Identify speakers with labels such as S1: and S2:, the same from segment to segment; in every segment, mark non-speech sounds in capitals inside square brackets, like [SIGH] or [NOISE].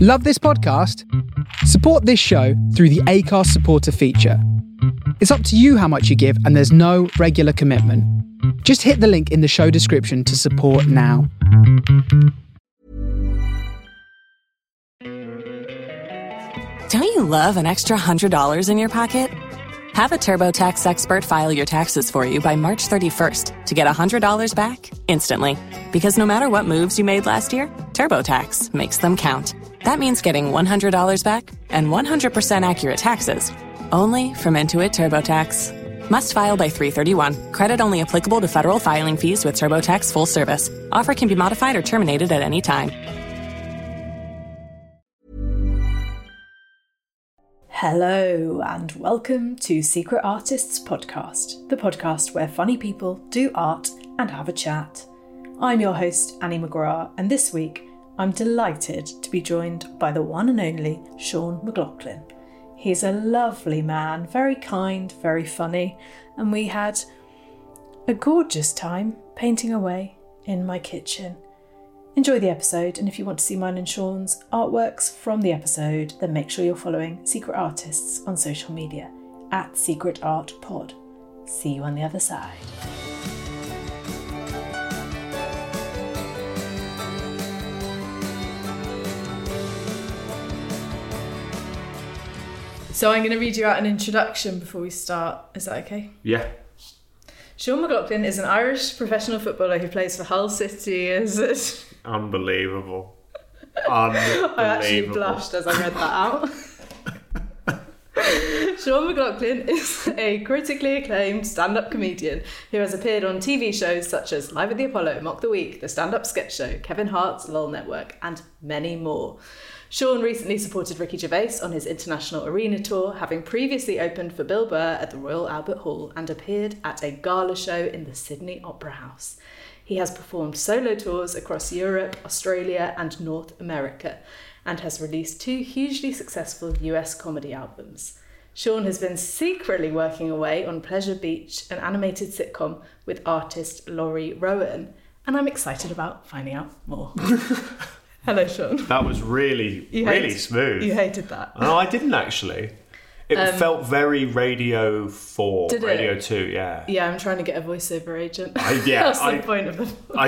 S1: Love this podcast? Support this show through the ACARS supporter feature. It's up to you how much you give, and there's no regular commitment. Just hit the link in the show description to support now.
S2: Don't you love an extra $100 in your pocket? Have a TurboTax expert file your taxes for you by March 31st to get $100 back instantly. Because no matter what moves you made last year, TurboTax makes them count. That means getting $100 back and 100% accurate taxes only from Intuit TurboTax. Must file by 331. Credit only applicable to federal filing fees with TurboTax full service. Offer can be modified or terminated at any time.
S3: Hello, and welcome to Secret Artists Podcast, the podcast where funny people do art and have a chat. I'm your host, Annie McGrath, and this week I'm delighted to be joined by the one and only Sean McLaughlin. He's a lovely man, very kind, very funny, and we had a gorgeous time painting away in my kitchen. Enjoy the episode, and if you want to see mine and Sean's artworks from the episode, then make sure you're following Secret Artists on social media at Secret Art Pod. See you on the other side.
S4: So I'm going to read you out an introduction before we start. Is that okay?
S5: Yeah.
S4: Sean McLaughlin is an Irish professional footballer who plays for Hull City. As
S5: Unbelievable.
S4: [LAUGHS] I actually
S5: Unbelievable.
S4: blushed as I read that out. [LAUGHS] Sean McLaughlin is a critically acclaimed stand-up comedian who has appeared on TV shows such as Live at the Apollo, Mock the Week, The Stand-Up Sketch Show, Kevin Hart's LOL Network, and many more. Sean recently supported Ricky Gervais on his international arena tour, having previously opened for Bill Burr at the Royal Albert Hall and appeared at a gala show in the Sydney Opera House. He has performed solo tours across Europe, Australia, and North America, and has released two hugely successful US comedy albums. Sean has been secretly working away on Pleasure Beach, an animated sitcom with artist Laurie Rowan, and I'm excited about finding out
S5: [LAUGHS]
S4: more. Hello, Sean.
S5: That was really,
S4: You
S5: really
S4: hate-
S5: smooth.
S4: You hated that.
S5: No, I didn't actually. It felt very Radio 4,
S4: Did it?
S5: Radio 2, yeah.
S4: Yeah, I'm trying to get a voiceover agent.
S5: I- yeah,
S4: [LAUGHS] That's
S5: I-
S4: the point of the. [LAUGHS]
S5: I,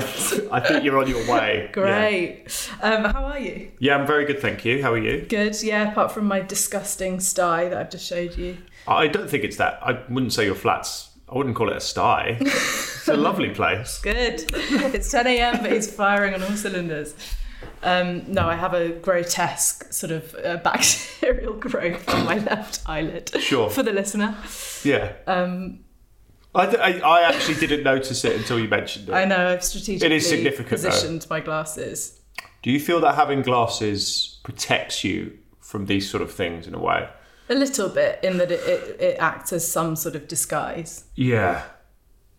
S5: I think you're on your way.
S4: Great. Um, how are you?
S5: Yeah. yeah, I'm very good, thank you. How are you?
S4: Good. Yeah, apart from my disgusting sty that I've just showed you.
S5: I don't think it's that. I wouldn't say your flat's. I wouldn't call it a sty. it's a lovely place.
S4: Good. [LAUGHS] It's 10 a.m., but he's firing on all cylinders. Um, no, I have a grotesque sort of uh, bacterial [LAUGHS] growth on my left eyelid.
S5: Sure.
S4: For the listener.
S5: Yeah.
S4: [LAUGHS] Um,
S5: I, d- I- I actually didn't notice it until you mentioned it.
S4: I know I've strategically
S5: significant, though.
S4: positioned my glasses.
S5: Do you feel that having glasses protects you from these sort of things in a way?
S4: A little bit in that it, it, it acts as some sort of disguise.
S5: Yeah.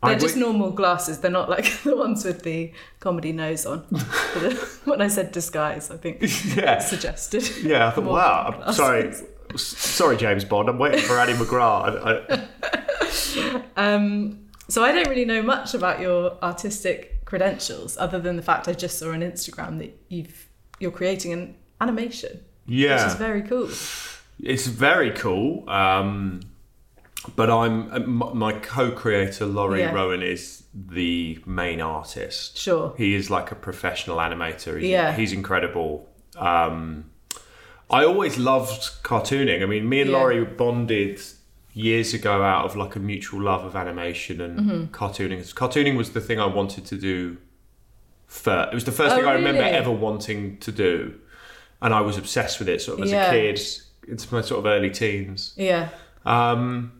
S4: They're
S5: I
S4: just
S5: wi-
S4: normal glasses. They're not like [LAUGHS] the ones with the comedy nose
S5: [LAUGHS]
S4: on. uh, when I said disguise, I think
S5: Yeah.
S4: suggested.
S5: Yeah, I thought,
S4: more
S5: wow, I'm
S4: glasses.
S5: sorry. S- Sorry, James Bond. I'm waiting for Annie McGrath. I, I,
S4: Um, so I don't really know much about your artistic credentials, other than the fact I just saw on Instagram that you've you're creating an animation, which is
S5: yeah,
S4: very cool.
S5: it's very cool. Um, but I'm uh, m- my co-creator Laurie
S4: Yeah.
S5: Rowan is the main artist.
S4: Sure.
S5: he is like a professional animator. He's,
S4: Yeah.
S5: he's incredible. Um, I always loved cartooning. I mean, me and
S4: Yeah.
S5: Laurie bonded years ago out of like a mutual love of animation and
S4: Mm-hmm.
S5: cartooning. Cartooning was the thing I wanted to do first. It was the first
S4: Oh,
S5: thing I remember
S4: really?
S5: ever wanting to do, and I was obsessed with it sort of as
S4: Yeah.
S5: a kid into my sort of early teens.
S4: Yeah,
S5: Um,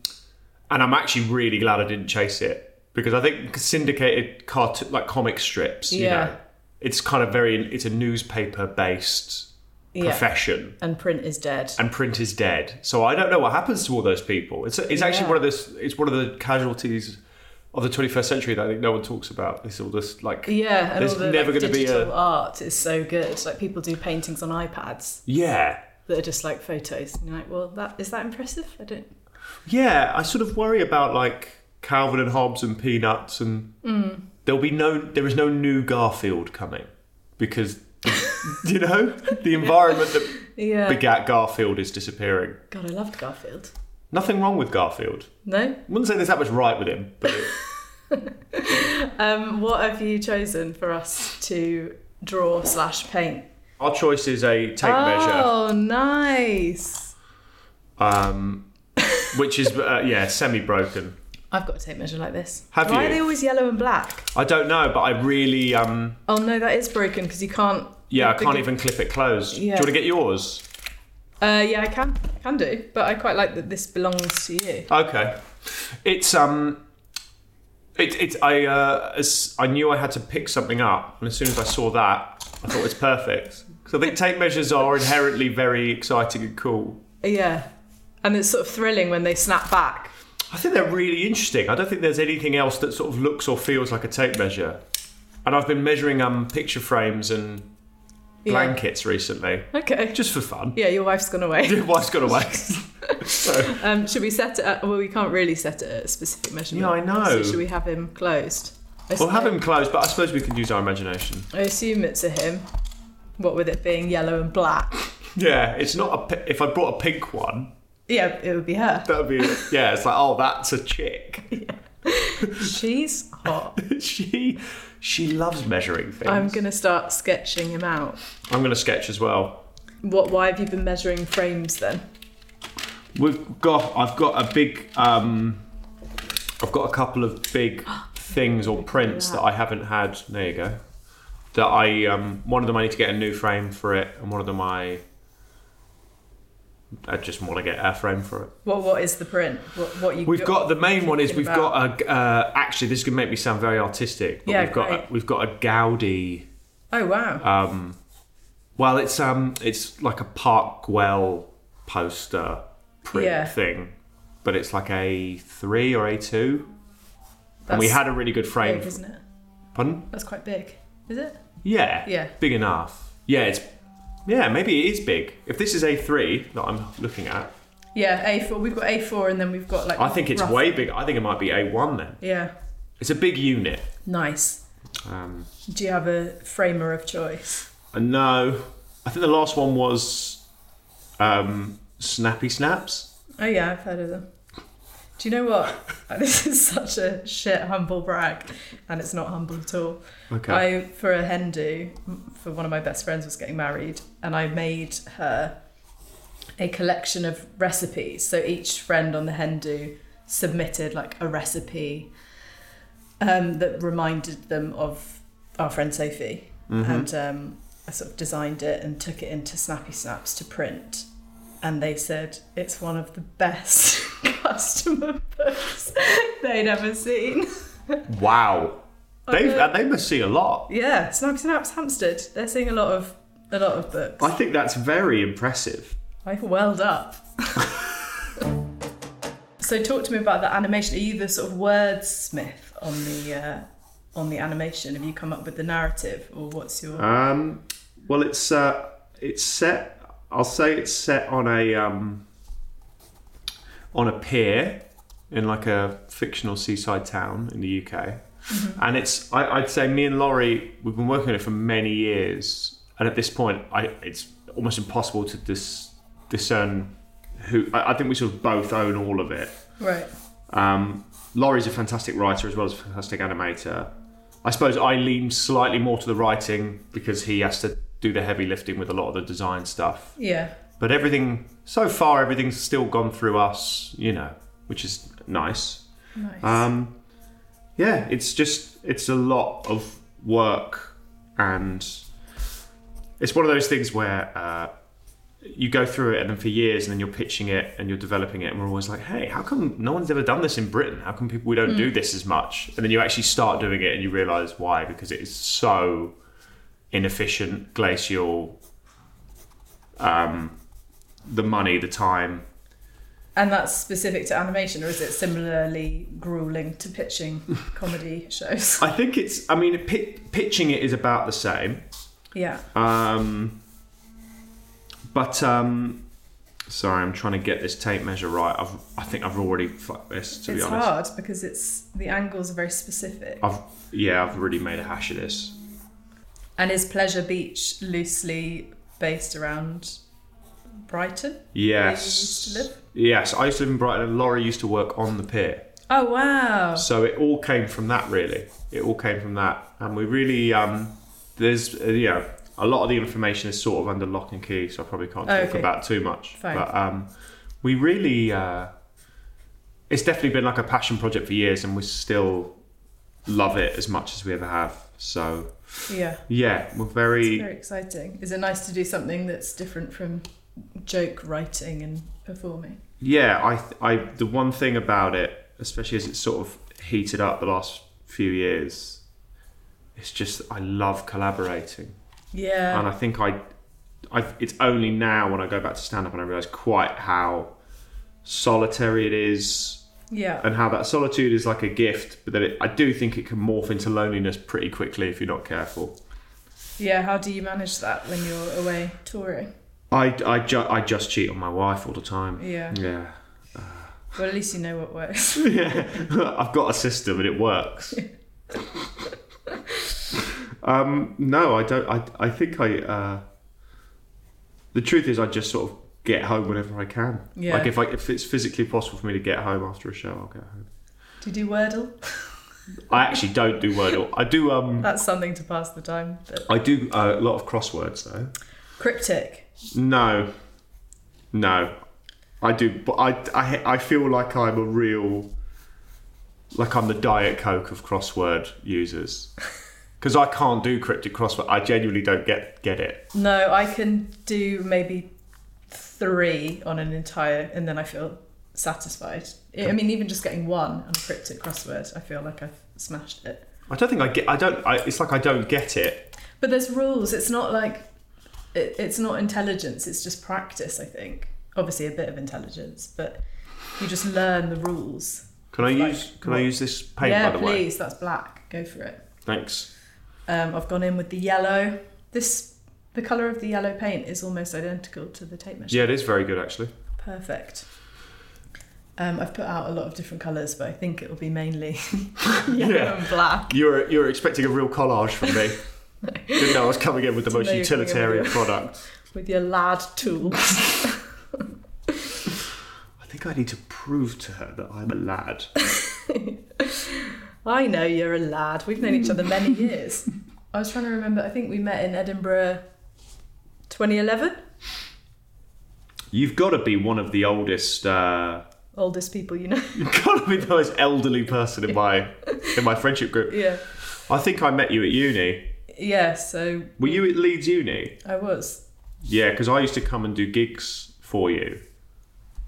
S5: and I'm actually really glad I didn't chase it because I think syndicated cart like comic strips, you
S4: Yeah.
S5: know, it's kind of very it's a newspaper based
S4: yeah.
S5: profession
S4: And print is dead.
S5: and print is dead. So I don't know what happens to all those people. It's it's actually
S4: Yeah.
S5: one of this it's one of the casualties of the 21st century that I think no one talks about. It's all this like
S4: Yeah, and
S5: there's
S4: all the
S5: never
S4: like,
S5: going to be
S4: digital
S5: a
S4: art is so good. Like people do paintings on iPads
S5: yeah.
S4: that are just like photos. And you're like, well, that is that impressive? I don't.
S5: Yeah, I sort of worry about like Calvin and Hobbes and
S4: Mm.
S5: Peanuts, and there'll be no, there is no new Garfield coming because [LAUGHS] the, you know, the environment that
S4: [LAUGHS] Yeah.
S5: begat Garfield is disappearing.
S4: God, I loved Garfield.
S5: Nothing wrong with Garfield.
S4: No?
S5: Wouldn't say there's that much right with him, but
S4: Um, what have you chosen for us to draw slash paint?
S5: our choice is a tape measure,
S4: Oh, nice.
S5: um, which is uh, yeah, semi-broken.
S4: I've got a tape measure like this.
S5: Have
S4: Why
S5: you?
S4: are they always yellow and black?
S5: I don't know, but I really um,
S4: Oh no, that is broken because you can't.
S5: yeah, I
S4: the-
S5: can't even clip it closed. Do you
S4: Yeah.
S5: want to get yours?
S4: Uh, yeah, I can can do, but I quite like that this belongs to you.
S5: Okay. It's um it it I uh as I knew I had to pick something up and as soon as I saw that I thought it's perfect. Cuz I think tape measures are inherently very exciting and cool.
S4: Yeah, and it's sort of thrilling when they snap back.
S5: I think they're really interesting. I don't think there's anything else that sort of looks or feels like a tape measure. And I've been measuring um picture frames and
S4: Yeah.
S5: blankets recently
S4: Okay.
S5: just for fun.
S4: yeah, your wife's gone away.
S5: Your [LAUGHS] wife's got
S4: [LAUGHS]
S5: away. so
S4: Um, should we set it? At, well, we can't really set it at a specific measurement.
S5: Yeah, I know.
S4: So should we have him closed? I
S5: we'll have
S4: suppose-
S5: him closed, but I suppose we can use our imagination.
S4: I assume it's a him. What with it being yellow and black.
S5: Yeah, it's not a. pi- If I brought a pink one,
S4: Yeah, it would be her.
S5: That would be yeah. It's like oh, that's a chick. [LAUGHS]
S4: She's hot.
S5: she she loves measuring things.
S4: I'm gonna start sketching him out.
S5: I'm gonna sketch as well.
S4: What? Why have you been measuring frames then?
S5: We've got I've got a big um, I've got a couple of
S4: [GASPS]
S5: big things or prints that I haven't had. There you go. That I um, one of them I need to get a new frame for it, and one of them I I just want to get a frame for it.
S4: What? What is the print? What? What you?
S5: We've got the main one is
S4: thinking
S5: we've
S4: about-
S5: got a uh, actually this could make me sound very artistic. But
S4: Yeah,
S5: we've got
S4: great.
S5: a, we've got a Gaudi.
S4: Oh wow.
S5: Um, well, it's um, it's like a Park Güell poster print
S4: Yeah.
S5: thing, but it's like a three or a two.
S4: That's
S5: And we had a really good frame.
S4: big, isn't it?
S5: Pardon?
S4: That's quite big. Is it?
S5: Yeah.
S4: Yeah.
S5: Big enough. Yeah, it's. Yeah, maybe it is big. If this is a three that I'm looking at,
S4: Yeah, A4. We've got A4, and then we've got like.
S5: I think it's
S4: rough-
S5: way big. I think it might be a one then.
S4: Yeah.
S5: It's a big unit.
S4: Nice.
S5: Um,
S4: Do you have a framer of choice?
S5: and no, I think the last one was um, Snappy Snaps.
S4: Oh yeah, I've heard of them. Do you know what? [LAUGHS] this is such a shit humble brag, and it's not humble at all.
S5: Okay.
S4: I for a hen do for one of my best friends was getting married, and I made her a collection of recipes. So each friend on the hen do submitted like a recipe um, that reminded them of our friend Sophie, and um, I sort of designed it and took it into Snappy Snaps to print and they said it's one of the best [LAUGHS] customer books they'd ever seen.
S5: Wow. They and uh, they must see a lot.
S4: Yeah, Snappy Snaps Hampstead. They're seeing a lot of a lot of books.
S5: I think that's very impressive.
S4: I welled up. so talk to me about the animation. Are you the sort of wordsmith on the uh, on the animation? Have you come up with the narrative, or what's your?
S5: Um, well, it's uh, it's set. I'll say it's set on a um, on a pier in like a fictional seaside town in the UK, and it's I, I'd say me and Laurie we've been working on it for many years, and at this point, I it's almost impossible to dis- discern who. I, I think we sort of both own all of it.
S4: Right.
S5: Um, Laurie's a fantastic writer as well as a fantastic animator. I suppose I lean slightly more to the writing because he has to do the heavy lifting with a lot of the design stuff.
S4: Yeah.
S5: But everything, so far, everything's still gone through us, you know, which is nice.
S4: Nice.
S5: Um, yeah, it's just, it's a lot of work and it's one of those things where uh, you go through it and then for years and then you're pitching it and you're developing it and we're always like hey how come no one's ever done this in britain how come people we don't do this as much and then you actually start doing it and you realize why because it is so inefficient glacial um, the money the time
S4: and that's specific to animation, or is it similarly grueling to pitching comedy shows?
S5: i think it's i mean pi pitching it is about the same
S4: yeah.
S5: Um, but um, sorry, I'm trying to get this tape measure right. I've, I think I've already fucked this. To
S4: it's
S5: be honest,
S4: hard because it's the angles are very specific.
S5: I've yeah, I've already made a hash of this.
S4: And is Pleasure Beach loosely based around Brighton?
S5: Yes.
S4: Where you used to live?
S5: Yes, I used to live in Brighton and Laurie used to work on the pier.
S4: Oh wow!
S5: So it all came from that, really. It all came from that, and we really um, there's uh, you know a lot of the information is sort of under lock and key, so I probably can't talk
S4: Okay.
S5: about too much.
S4: Fine.
S5: But um, we really uh, it's definitely been like a passion project for years, and we still love it as much as we ever have. So
S4: Yeah,
S5: yeah, we're
S4: it's
S5: very,
S4: very exciting. Is it nice to do something that's different from joke writing and performing?
S5: yeah. I th- I the one thing about it, especially as it's sort of heated up the last few years, it's just I love collaborating. and
S4: Yeah,
S5: I think I, I it's only now when I go back to stand up and I realise quite how solitary it is
S4: yeah,
S5: and how that solitude is like a gift, but then it, I do think it can morph into loneliness pretty quickly if you're not careful.
S4: yeah. How do you manage that when you're away touring?
S5: I, I, ju- I just cheat on my wife all the time.
S4: Yeah.
S5: Yeah.
S4: Well, at least you know what works. [LAUGHS]
S5: yeah. [LAUGHS] I've got a system and it works. um, no, I don't. I, I think I. Uh, the truth is, I just sort of get home whenever I can.
S4: Yeah.
S5: Like if I, if it's physically possible for me to get home after a show, I'll get home.
S4: Do you do Wordle?
S5: I actually don't do Wordle. I do. Um,
S4: That's something to pass the time. But
S5: I do uh, a lot of crosswords though.
S4: cryptic.
S5: No, no, I do, but I, I, I feel like I'm a real, like I'm the Diet Coke of crossword
S4: [LAUGHS]
S5: users, because I can't do cryptic crossword. I genuinely don't get get it.
S4: No, I can do maybe three on an entire, and then I feel satisfied. I I mean, even just getting one on a cryptic crossword, I feel like I've smashed it.
S5: I don't think I get. I don't. I, it's like I don't get it.
S4: But there's rules. It's not like it, it's not intelligence. It's just practice. I think obviously a bit of intelligence, but you just learn the rules.
S5: Can I
S4: Like
S5: use? Can I
S4: what?
S5: use this paint
S4: yeah,
S5: by the way?
S4: please. That's black. Go for it.
S5: Thanks.
S4: Um, I've gone in with the yellow. This the color of the yellow paint is almost identical to the tape measure.
S5: Yeah, it is very good actually.
S4: Perfect. Um, I've put out a lot of different colours, but I think it will be mainly [LAUGHS] yellow
S5: Yeah.
S4: and black.
S5: You were you were expecting a real collage from
S4: [LAUGHS]
S5: me. Didn't know I was coming in with the
S4: Didn't
S5: most
S4: know you were coming in with
S5: utilitarian
S4: your-
S5: product.
S4: With your lad tools.
S5: I think I need to prove to her that I'm a lad.
S4: I know you're a lad. We've known each other many years. I was trying to remember. I think we met in Edinburgh, 2011.
S5: You've got to be one of the oldest. Uh, [LAUGHS]
S4: Oldest people you know.
S5: you've got to be the most elderly person in my in my friendship group.
S4: yeah.
S5: I think I met you at uni.
S4: Yeah. So
S5: Were you at Leeds Uni?
S4: I was
S5: Yeah, because I used to come and do gigs for you.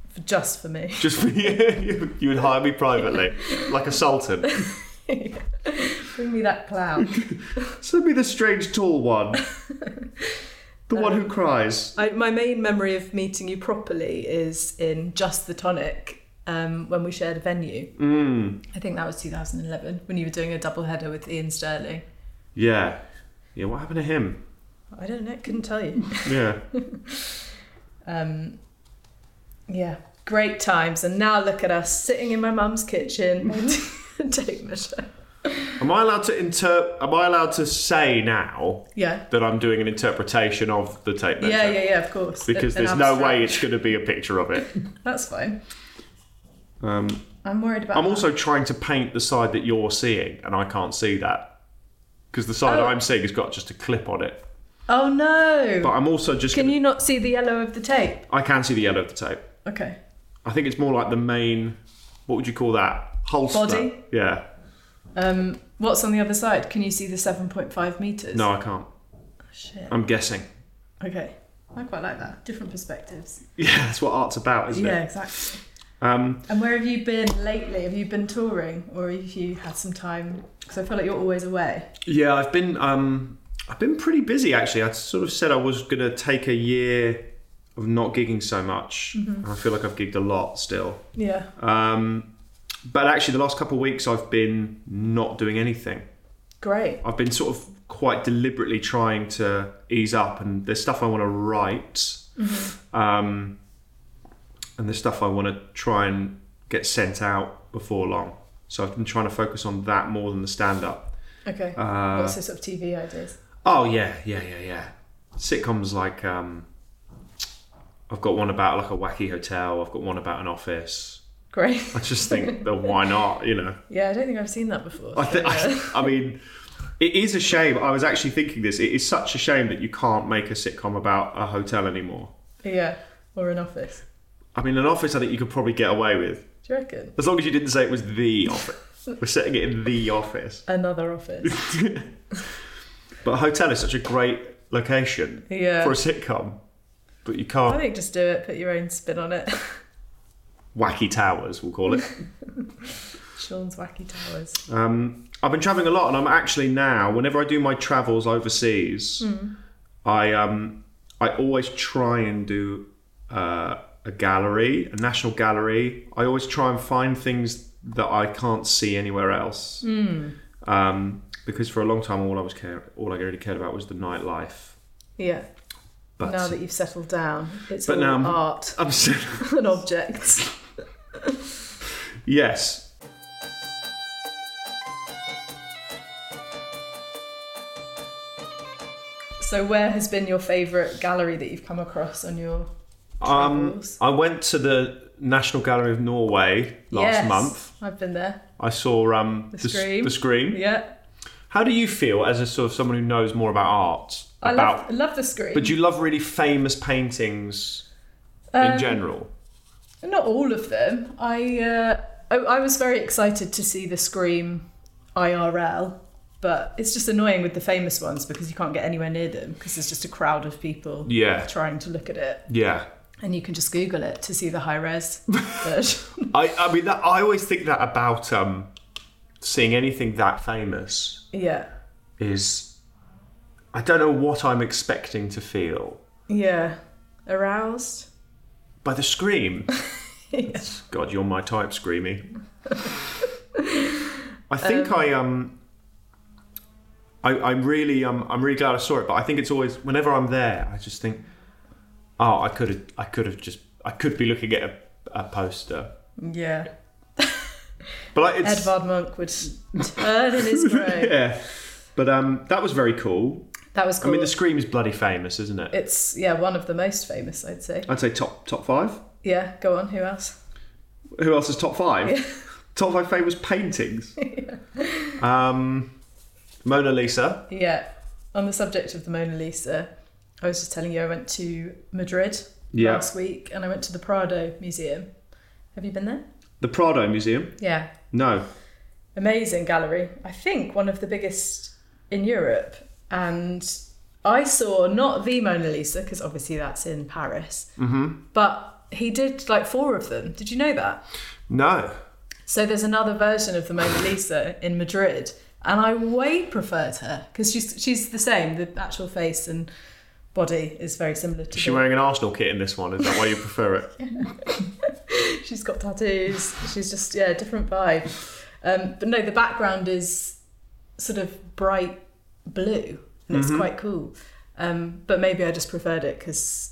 S4: for, just for me.
S5: Just for [LAUGHS] you, you, you would hire me privately, like a sultan.
S4: Bring me that clown.
S5: Send me the strange tall one, the one who cries.
S4: I, my main memory of meeting you properly is in Just the Tonic um, when we shared a venue. Mm. I think that was 2011 when you were doing a double header with Ian Sterling.
S5: Yeah, yeah. What happened to him?
S4: I don't know, couldn't tell
S5: [LAUGHS]
S4: you.
S5: Yeah,
S4: Um, yeah, great times. And now look at us sitting in my mum's
S5: [LAUGHS]
S4: kitchen. [LAUGHS] tape measure.
S5: am I allowed to inter? Am I allowed to say now
S4: Yeah.
S5: that I'm doing an interpretation of the tape measure?
S4: Yeah, yeah, yeah, of course.
S5: Because
S4: An
S5: there's no
S4: abstract.
S5: way it's going to be a picture
S4: [LAUGHS]
S5: of it.
S4: That's fine.
S5: Um,
S4: I'm worried about
S5: I'm
S4: that.
S5: also trying to paint the side that you're seeing, and I can't see that because the side
S4: Oh.
S5: I'm seeing has got just a clip on it.
S4: Oh
S5: But
S4: no!
S5: I'm also just.
S4: Can
S5: gonna-
S4: you not see the yellow of the tape?
S5: I can see the yellow of the tape.
S4: Okay.
S5: I think it's more like the main. What would you call that? Holster.
S4: Body?
S5: Yeah.
S4: Um, what's on the other side? Can you see the 7.5 metres?
S5: No, I can't.
S4: Shit.
S5: I'm guessing. [LAUGHS]
S4: Okay. I quite like that. Different perspectives.
S5: Yeah, that's what art's about, isn't
S4: Yeah,
S5: it?
S4: exactly.
S5: Um,
S4: And where have you been lately? Have you been touring or have you had some time? Because I feel like you're always away.
S5: yeah, I've been. Um, I've been pretty busy actually. I sort of said I was going to take a year of not gigging so much,
S4: Mm-hmm.
S5: and I feel like I've gigged a lot still.
S4: Yeah.
S5: Um, but actually, the last couple of weeks, I've been not doing anything.
S4: Great.
S5: I've been sort of quite deliberately trying to ease up, and there's stuff I want to write, um, and there's stuff I want to try and get sent out before long. So I've been trying to focus on that more than the stand up.
S4: Okay.
S5: Uh,
S4: What's this sort of TV ideas?
S5: Oh yeah, yeah, yeah, yeah. Sitcoms like um, I've got one about like a wacky hotel. I've got one about an office.
S4: Great.
S5: I just think that why not? You know.
S4: [LAUGHS] Yeah, I don't think I've seen that before.
S5: I, th- [LAUGHS] I, I mean, it is a shame. I was actually thinking this. It is such a shame that you can't make a sitcom about a hotel anymore.
S4: yeah, or an office.
S5: I mean, an office. I think you could probably get away with
S4: Do you reckon?
S5: as long as you didn't say it was the office.
S4: [LAUGHS]
S5: We're setting it in the office,
S4: Another
S5: [LAUGHS]
S4: office.
S5: but a hotel is such a great location
S4: Yeah.
S5: for a sitcom. But you
S4: I
S5: can't.
S4: think just do it. Put your own spin on it. [LAUGHS]
S5: Wacky towers, we'll call it.
S4: Sean's Wacky Towers.
S5: Um, I've been traveling a lot, and I'm actually now, whenever I do my travels overseas,
S4: Hmm.
S5: I um, I always try and do uh, a gallery, a national gallery. I always try and find things that I can't see anywhere else.
S4: Hmm.
S5: Um, because for a long time, all I was care, all I really cared about was the nightlife.
S4: Yeah.
S5: But
S4: now that you've settled down, it's
S5: But
S4: all
S5: now I'm-
S4: art [LAUGHS]
S5: [LAUGHS] I'm so, [LAUGHS]
S4: and objects.
S5: yes,
S4: So, where has been your favourite gallery that you've come across on your
S5: um,
S4: travels?
S5: I went to the National Gallery of Norway last
S4: Yes,
S5: month.
S4: I've been there.
S5: I saw um, the, s-
S4: Scream.
S5: the screen.
S4: Yeah,
S5: How do you feel as a sort of someone who knows more about art?
S4: I love
S5: about,
S4: I love the screen.
S5: but do you love really famous paintings
S4: Um,
S5: in general?
S4: Not all of them. I, uh, I I was very excited to see the Scream IRL, but it's just annoying with the famous ones because you can't get anywhere near them because there's just a crowd of people
S5: Yeah.
S4: trying to look at it,
S5: Yeah,
S4: and you can just Google it to see the high
S5: [LAUGHS]
S4: res version.
S5: I, I mean, that, I always think that about um, seeing anything that famous
S4: yeah,
S5: is, I don't know what I'm expecting to feel
S4: yeah, aroused.
S5: by the [LAUGHS] scream. God, you're my type, screamy. [LAUGHS] I think I um. I, I'm really um, I'm really glad I saw it, but I think it's always whenever I'm there, I just think, oh, I could have I could have just I could be looking at a, a poster,
S4: Yeah.
S5: but like, it's
S4: Edvard Monk would turn in his grave.
S5: [LAUGHS] yeah. But um, that was very cool.
S4: That was
S5: I
S4: cool.
S5: mean, the Scream is bloody famous, isn't it?
S4: it's yeah, one of the most famous, I'd say.
S5: I'd say top top five.
S4: Yeah, go on. Who else?
S5: Who else is top five? Top five famous
S4: [LAUGHS]
S5: paintings. Um, Mona Lisa.
S4: Yeah. On the subject of the Mona Lisa, I was just telling you I went to Madrid
S5: Yeah.
S4: last week and I went to the Prado Museum. Have you been there?
S5: The Prado Museum?
S4: Yeah.
S5: No.
S4: Amazing gallery. I think one of the biggest in Europe. And I saw not the Mona Lisa, because obviously that's in Paris,
S5: Mm-hmm.
S4: but he did like four of them. Did you know that?
S5: No.
S4: So there's another version of the Mona Lisa in Madrid, and I way preferred her because she's she's the same. The actual face and body is very similar to.
S5: Is she
S4: the-
S5: wearing an Arsenal kit in this one? Is that why you prefer
S4: [LAUGHS]
S5: it?
S4: she's got tattoos. She's just yeah, different vibe. Um, but no, the background is sort of bright blue, and
S5: Mm-hmm.
S4: it's quite cool. Um, but maybe I just preferred it because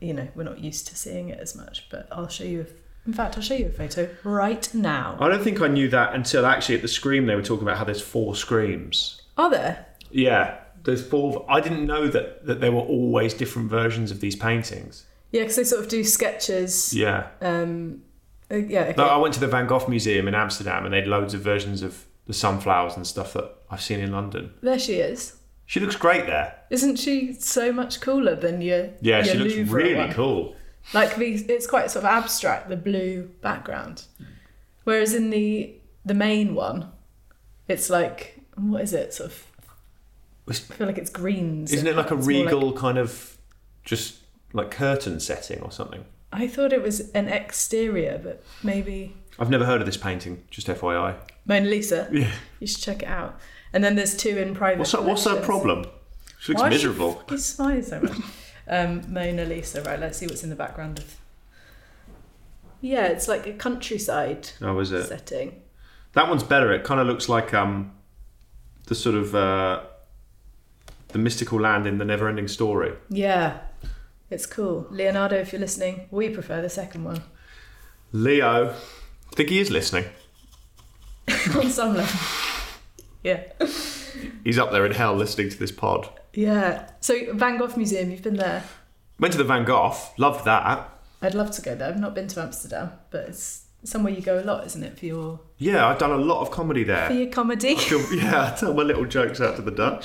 S4: you know we're not used to seeing it as much. But I'll show you. A, in fact, I'll show you a photo right now.
S5: I don't think I knew that until actually at the scream they were talking about how there's four screams.
S4: Are there?
S5: Yeah. There's four. I didn't know that, that there were always different versions of these paintings.
S4: Yeah, because they sort of do sketches.
S5: Yeah.
S4: Um, uh, yeah, okay.
S5: No, I went to the Van Gogh Museum in Amsterdam and they had loads of versions of the sunflowers and stuff that I've seen in London.
S4: there she is.
S5: She looks great there.
S4: Isn't she so much cooler than your? your
S5: Yeah, she looks
S4: Louvre
S5: really
S4: one?
S5: cool.
S4: Like the, it's quite sort of abstract, the blue background. Whereas in the the main one, it's like what is it? Sort of,
S5: It's-
S4: I feel like it's greens.
S5: Isn't it like a
S4: It's more
S5: regal kind of just like curtain setting or something?
S4: I thought it was an exterior, but maybe
S5: I've never heard of this painting, just FYI.
S4: Mona Lisa.
S5: Yeah.
S4: You should check it out. And then there's two in private.
S5: What's her, what's her
S4: collections.
S5: problem? She looks
S4: Why [LAUGHS] is she
S5: miserable.
S4: fucking smiling so much? Um, Mona Lisa, right? Let's see what's in the background of. Yeah, it's like a countryside
S5: Oh, is it?
S4: setting.
S5: That one's better. It kind of looks like um, the sort of uh, the mystical land in the Neverending Story.
S4: Yeah, it's cool. Leonardo, if you're listening, we prefer the second
S5: [LAUGHS]
S4: one
S5: Leo, I think he is listening.
S4: on some level. Yeah,
S5: He's up there in hell listening to this pod.
S4: Yeah. So Van Gogh Museum, you've been there.
S5: Went to the Van Gogh, loved that.
S4: I'd love to go there. I've not been to Amsterdam, but it's somewhere you go a lot, isn't it, for your
S5: Yeah, I've done a lot of comedy there.
S4: for your comedy? [LAUGHS]
S5: Feel- [LAUGHS] yeah, I tell my little jokes out to the Dutch.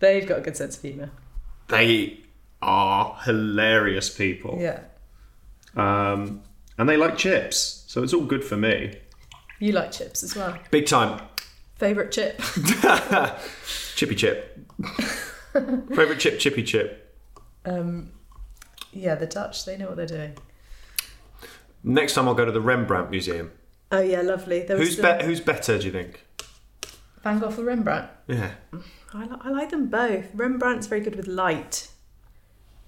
S4: They've got a good sense of humour.
S5: They are hilarious people.
S4: Yeah.
S5: Um, and they like chips, so it's all good for me.
S4: You like chips as well.
S5: Big time.
S4: Favourite chip? [LAUGHS]
S5: Chippy chip. Favourite chip, chippy chip.
S4: Um, yeah, the Dutch, they know what they're doing.
S5: Next time I'll go to the Rembrandt Museum.
S4: Oh yeah, lovely. There was
S5: Who's,
S4: the-
S5: be- who's better, do you think?
S4: Van Gogh or Rembrandt?
S5: Yeah.
S4: I, li- I like them both. Rembrandt's very good with light,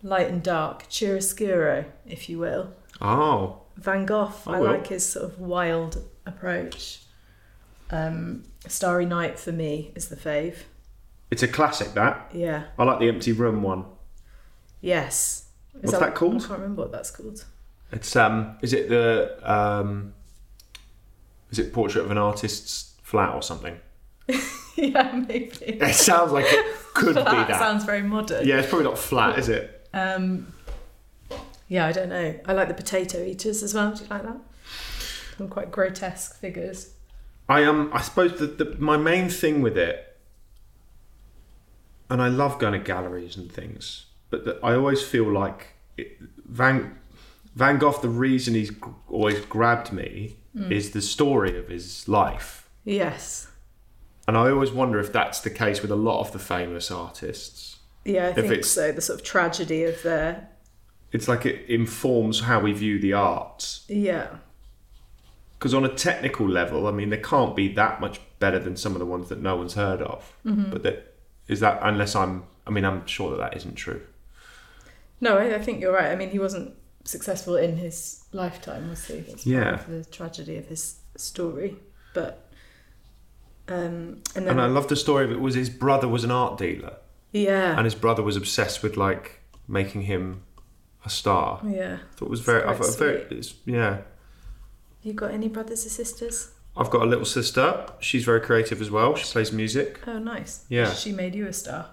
S4: light and dark, chiaroscuro, if you will.
S5: Oh,
S4: Van Gogh, I,
S5: I will.
S4: like his sort of wild approach. Um, Starry Night for me is the fave.
S5: it's a classic, that.
S4: Yeah.
S5: I like the empty room one.
S4: Yes. Is
S5: What's that called?
S4: I can't remember what that's called. [LAUGHS]
S5: It's um, is it the um, is it portrait of an artist's flat or something?
S4: yeah, maybe.
S5: It sounds like it
S4: [LAUGHS]
S5: could be
S4: That
S5: that.
S4: sounds very modern.
S5: Yeah, it's probably not flat, is it?
S4: Um, yeah, I don't know. I like the potato eaters as well. Do you like that? Some quite grotesque figures.
S5: I um, I suppose that the, my main thing with it, and I love going to galleries and things, but that I always feel like it, Van Van Gogh. The reason he's g- always grabbed me is the story of his life.
S4: Yes.
S5: And I always wonder if that's the case with a lot of the famous artists.
S4: Yeah, I think
S5: it's-
S4: so. The sort of tragedy of their
S5: It's like it informs how we view the arts.
S4: yeah.
S5: Because on a technical level, I mean, they can't be that much better than some of the ones that no one's heard of.
S4: Mm-hmm.
S5: But that is that unless I'm. I mean, I'm sure that that isn't true.
S4: No, I, I think you're right. I mean, he wasn't successful in his lifetime, was he? That's part
S5: Yeah.
S4: of the tragedy of his story, but um, and then
S5: And I love the story of it was his brother was an art dealer,
S4: yeah,
S5: and his brother was obsessed with like making him a star.
S4: yeah.
S5: I thought it was very. I
S4: quite
S5: thought very.
S4: sweet.
S5: It's, yeah.
S4: You got any brothers or sisters?
S5: I've got a little sister. She's very creative as well. She plays music.
S4: Oh, nice.
S5: Yeah.
S4: She made you a star.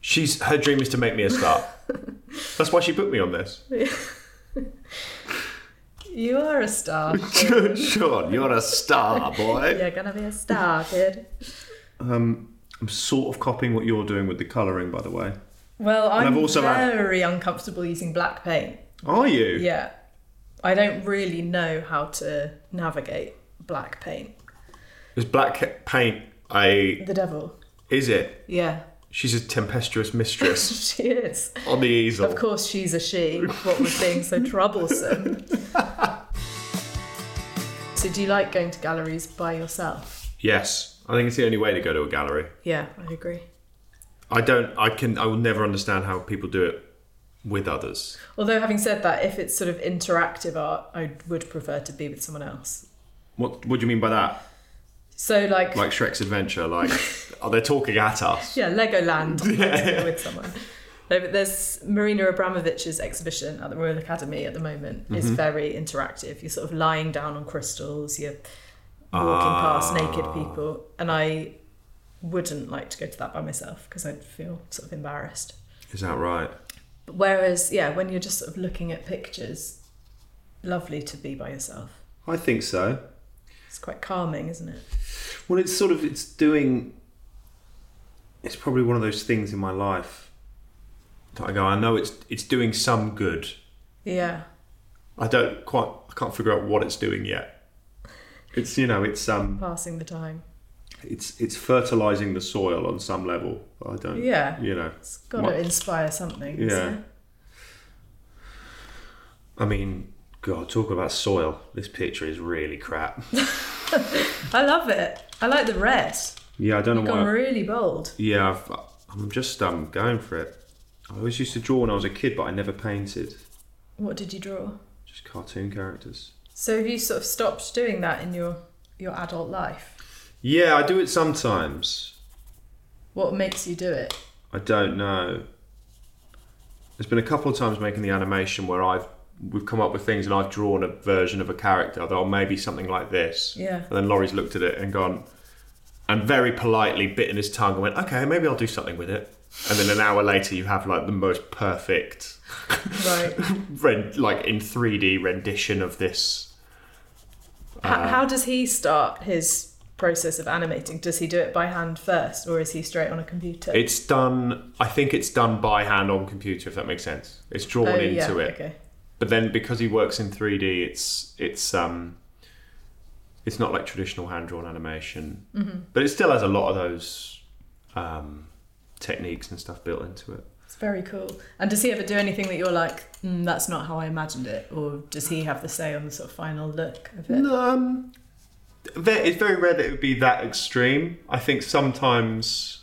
S5: She's her dream is to make me a star.
S4: [LAUGHS]
S5: That's why she put me on this.
S4: You are a
S5: [LAUGHS]
S4: star.
S5: Sean, you're a star, boy.
S4: You're gonna be a star, kid.
S5: I'm sort of copying what you're doing with the colouring, by the way.
S4: Well, I'm
S5: I've also had-
S4: very uncomfortable using black paint.
S5: Are you?
S4: Yeah. I don't really know how to navigate black paint.
S5: Is black ca- paint a
S4: The devil.
S5: is it?
S4: Yeah.
S5: She's a tempestuous mistress
S4: [LAUGHS] She is.
S5: on the easel.
S4: Of course, she's a she. What was being so troublesome? so, do you like going to galleries by yourself?
S5: Yes. I think it's the only way to go to a gallery.
S4: Yeah, I agree.
S5: I don't I can I will never understand how people do it with others.
S4: Although, having said that, if it's sort of interactive art, I would prefer to be with someone else.
S5: What what do you mean by that?
S4: So, like,
S5: Like Shrek's
S4: [LAUGHS]
S5: adventure, like are they talking at us?
S4: yeah,
S5: [LAUGHS]
S4: Legoland I'd like to go with someone. No, but there's Marina Abramovich's exhibition at the Royal Academy at the moment
S5: Mm-hmm.
S4: is very interactive. You're sort of lying down on crystals, you're walking
S5: Ah.
S4: past naked people, and I wouldn't like to go to that by myself because I'd feel sort of embarrassed.
S5: Is that right?
S4: But whereas, yeah, when you're just sort of looking at pictures, lovely to be by yourself.
S5: I think so.
S4: It's quite calming, isn't it?
S5: Well, it's sort of it's doing. It's probably one of those things in my life that I go. I know it's it's doing some good.
S4: Yeah.
S5: I don't quite. I can't figure out what it's doing yet. It's you know it's um
S4: Passing the time.
S5: it's it's fertilizing the soil on some level. I don't.
S4: Yeah.
S5: You know.
S4: It's got
S5: What-
S4: to inspire something. isn't
S5: Yeah.
S4: it?
S5: I mean, God, talk about soil. This picture is really crap.
S4: I love it. I like the red.
S5: Yeah, I don't know
S4: Gone
S5: why.
S4: really bold.
S5: Yeah, I've, I'm just um going for it. I always used to draw when I was a kid, but I never painted.
S4: What did you draw?
S5: Just cartoon characters.
S4: So have you sort of stopped doing that in your your adult life?
S5: Yeah, I do it sometimes.
S4: What makes you do it?
S5: I don't know. There's been a couple of times making the animation where I've we've come up with things and I've drawn a version of a character that or maybe something like this.
S4: Yeah.
S5: And then Laurie's looked at it and gone and very politely bitten his tongue and went, Okay, maybe I'll do something with it. and then an hour later you have like the most perfect [LAUGHS]
S4: Right.
S5: Uh, red like in 3D rendition of this.
S4: How, how does he start his process of animating? Does he do it by hand first, or is he straight on a computer?
S5: It's done. I think it's done by hand on computer, if that makes sense. It's drawn
S4: Oh,
S5: into
S4: yeah,
S5: it.
S4: Okay.
S5: But then because he works in 3D, it's it's um it's not like traditional hand drawn animation, but it still has a lot of those um, techniques and stuff built into it.
S4: It's very cool. And does he ever do anything that you're like, mm, that's not how I imagined it, or does he have the say on the sort of final look of it?
S5: Um, ve- it's very rare that it would be that extreme. I think sometimes,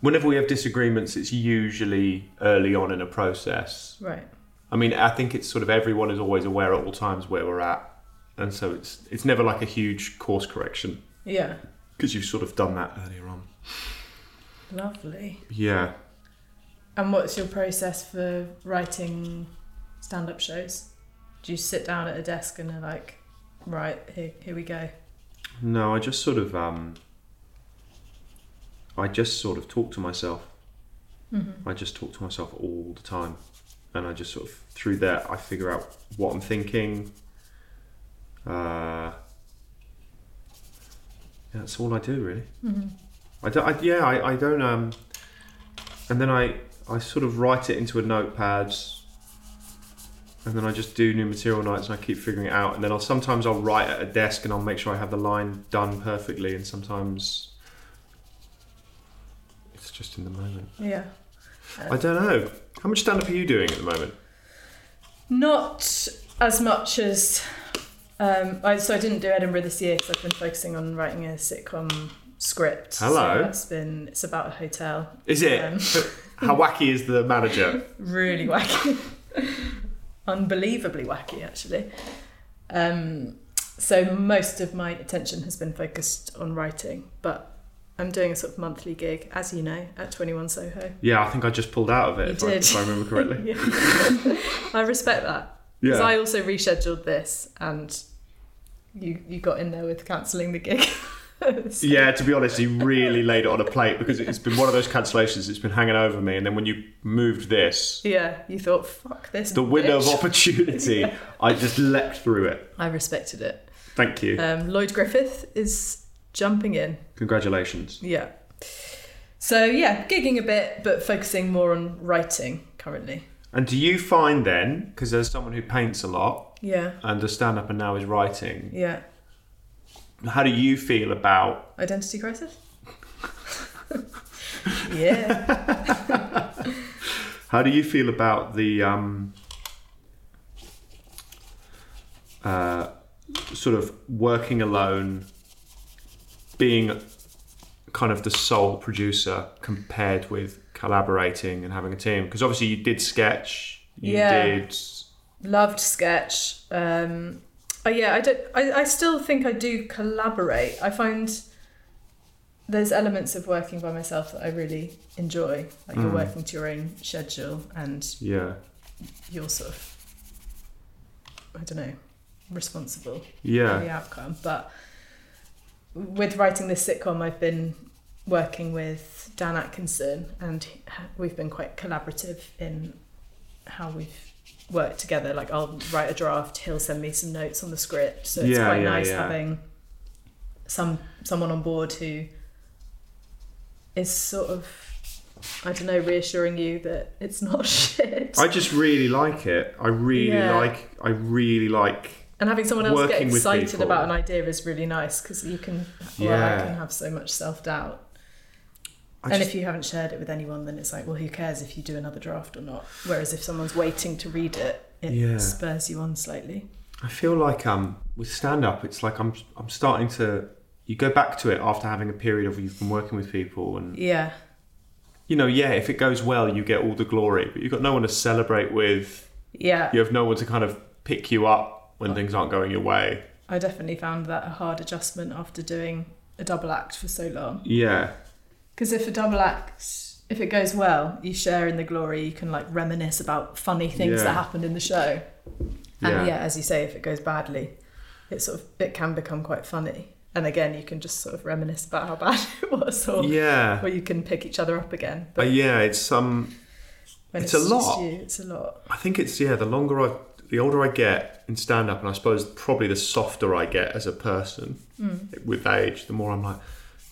S5: whenever we have disagreements, it's usually early on in a process.
S4: Right.
S5: I mean, I think it's sort of everyone is always aware at all times where we're at, and so it's it's never like a huge course correction
S4: Yeah.
S5: because you've sort of done that earlier on.
S4: Lovely.
S5: Yeah.
S4: And what's your process for writing stand up shows? Do you sit down at a desk and are like, right, here, here we go?
S5: No, I just sort of um I just sort of talk to myself. I just talk to myself all the time. And I just sort of through that I figure out what I'm thinking. Uh yeah, that's all I do really. I don't I, yeah, I, I don't um and then I I sort of write it into a notepad and then I just do new material nights and I keep figuring it out. And then I'll sometimes I'll write at a desk and I'll make sure I have the line done perfectly. And sometimes it's just in the moment.
S4: Yeah.
S5: I don't know. How much stand up are you doing at the moment?
S4: Not as much as. Um, I, so I didn't do Edinburgh this year because I've been focusing on writing a sitcom script. So
S5: Hello.
S4: that's been. It's about a hotel.
S5: Is it? [LAUGHS]
S4: Um.
S5: How wacky is the manager?
S4: really [LAUGHS] wacky, unbelievably wacky actually. Um, so most of my attention has been focused on writing, but I'm doing a sort of monthly gig, as you know, at 21 Soho.
S5: Yeah, I think I just pulled out of it,
S4: You
S5: if I,
S4: did. [LAUGHS]
S5: if I remember correctly.
S4: I respect that because I also rescheduled this, and you you got in there with cancelling the gig. [LAUGHS] So-
S5: Yeah, to be honest, you really laid it on a plate because it's been one of those cancellations that's been hanging over me. And then when you moved this,
S4: yeah, you thought fuck this.
S5: the window of
S4: bitch."
S5: opportunity, I just leapt through it.
S4: I respected it.
S5: Thank you.
S4: Um, Lloyd Griffith is jumping in.
S5: Congratulations.
S4: Yeah. So yeah, gigging a bit, but focusing more on writing currently.
S5: And do you find then, because there's someone who paints a lot
S4: Yeah.
S5: and a stand up and now is writing,
S4: Yeah.
S5: how do you feel about
S4: Identity crisis. [LAUGHS] yeah.
S5: how do you feel about the um, uh, sort of working alone, being kind of the sole producer compared with collaborating and having a team? Because obviously you did sketch, you
S4: Yeah.
S5: did
S4: Loved sketch. Um, oh yeah, I don't. I, I still think I do collaborate. I find there's elements of working by myself that I really enjoy. Like you're working to your own schedule and
S5: yeah.
S4: you're sort of I don't know responsible. for the
S5: Yeah.
S4: outcome. But with writing this sitcom, I've been working with Dan Atkinson, and he- we've been quite collaborative in how we've worked together. Like I'll write a draft, he'll send me some notes on the script, so it's
S5: Yeah,
S4: quite
S5: yeah,
S4: nice
S5: yeah.
S4: having some someone on board who is sort of. I don't know, reassuring you that it's not [LAUGHS] shit,
S5: I just really like it. I really
S4: Yeah.
S5: like I really like
S4: and having someone else get
S5: working with
S4: excited
S5: people.
S4: about an idea is really nice because you can, well,
S5: Yeah.
S4: I can have so much self doubt
S5: I
S4: and
S5: just-
S4: if you haven't shared it with anyone, then it's like, well, who cares if you do another draft or not? Whereas if someone's waiting to read it, it
S5: Yeah.
S4: spurs you on slightly.
S5: I feel like um with stand up, it's like I'm I'm starting to you go back to it after having a period of you've been working with people and
S4: Yeah,
S5: you know yeah if it goes well you get all the glory but you've got no one to celebrate with
S4: yeah.
S5: you have no one to kind of pick you up when things aren't going your way
S4: I definitely found that a hard adjustment after doing a double act for so long.
S5: yeah
S4: Because if a double act, if it goes well, you share in the glory. You can like reminisce about funny things
S5: Yeah.
S4: that happened in the show. And
S5: Yeah.
S4: yeah, as you say, if it goes badly, it sort of it can become quite funny. And again, you can just sort of reminisce about how [LAUGHS] bad it was, or,
S5: Yeah.
S4: or you can pick each other up again.
S5: But yeah, it's um.
S4: when
S5: it's a
S4: just
S5: lot.
S4: you, it's a lot.
S5: I think it's yeah. The longer I, the older I get in stand up, and I suppose probably the softer I get as a person with age, the more I'm like,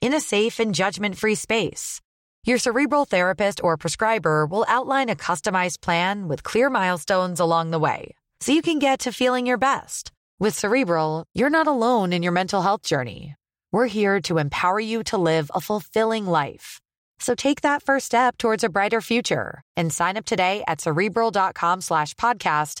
S6: in a safe and judgment free space. Your cerebral therapist or prescriber will outline a customized plan with clear milestones along the way so you can get to feeling your best. With Cerebral, you're not alone in your mental health journey. We're here to empower you to live a fulfilling life. So take that first step towards a brighter future and sign up today at cerebral.com slash podcast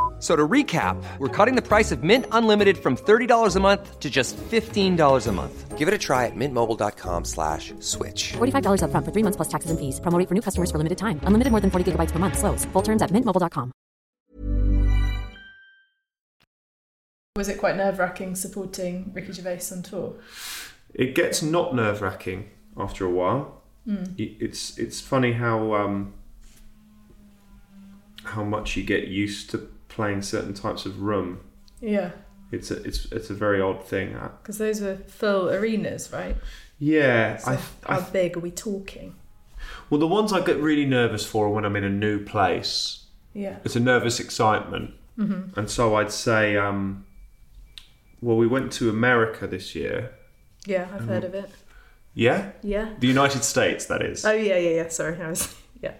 S7: So to recap, we're cutting the price of Mint Unlimited from $30 a month to just $15 a month. Give it a try at mintmobile.com slash switch.
S8: $45 upfront for three months plus taxes and fees. Promo rate for new customers for limited time. Unlimited more than 40 gigabytes per month. Slows. Full terms at mintmobile.com.
S4: Was it quite nerve wracking supporting Ricky Gervais on tour?
S5: It gets not nerve wracking after a while. It- It's it's funny how um, how much you get used to playing certain types of room.
S4: Yeah,
S5: It's a it's it's a very odd thing. I,
S4: because those were full arenas, right?
S5: yeah, I, I
S4: How big are we talking?
S5: Well, the ones I get really nervous for are when I'm in a new place.
S4: Yeah.
S5: It's a nervous excitement,
S4: Mm-hmm.
S5: and so I'd say, um, well, we went to America this year.
S4: Yeah, I've
S5: Mm.
S4: heard of it.
S5: Yeah,
S4: Yeah.
S5: the United States, that is.
S4: Oh, yeah, yeah, yeah. Sorry. I was, [LAUGHS] yeah.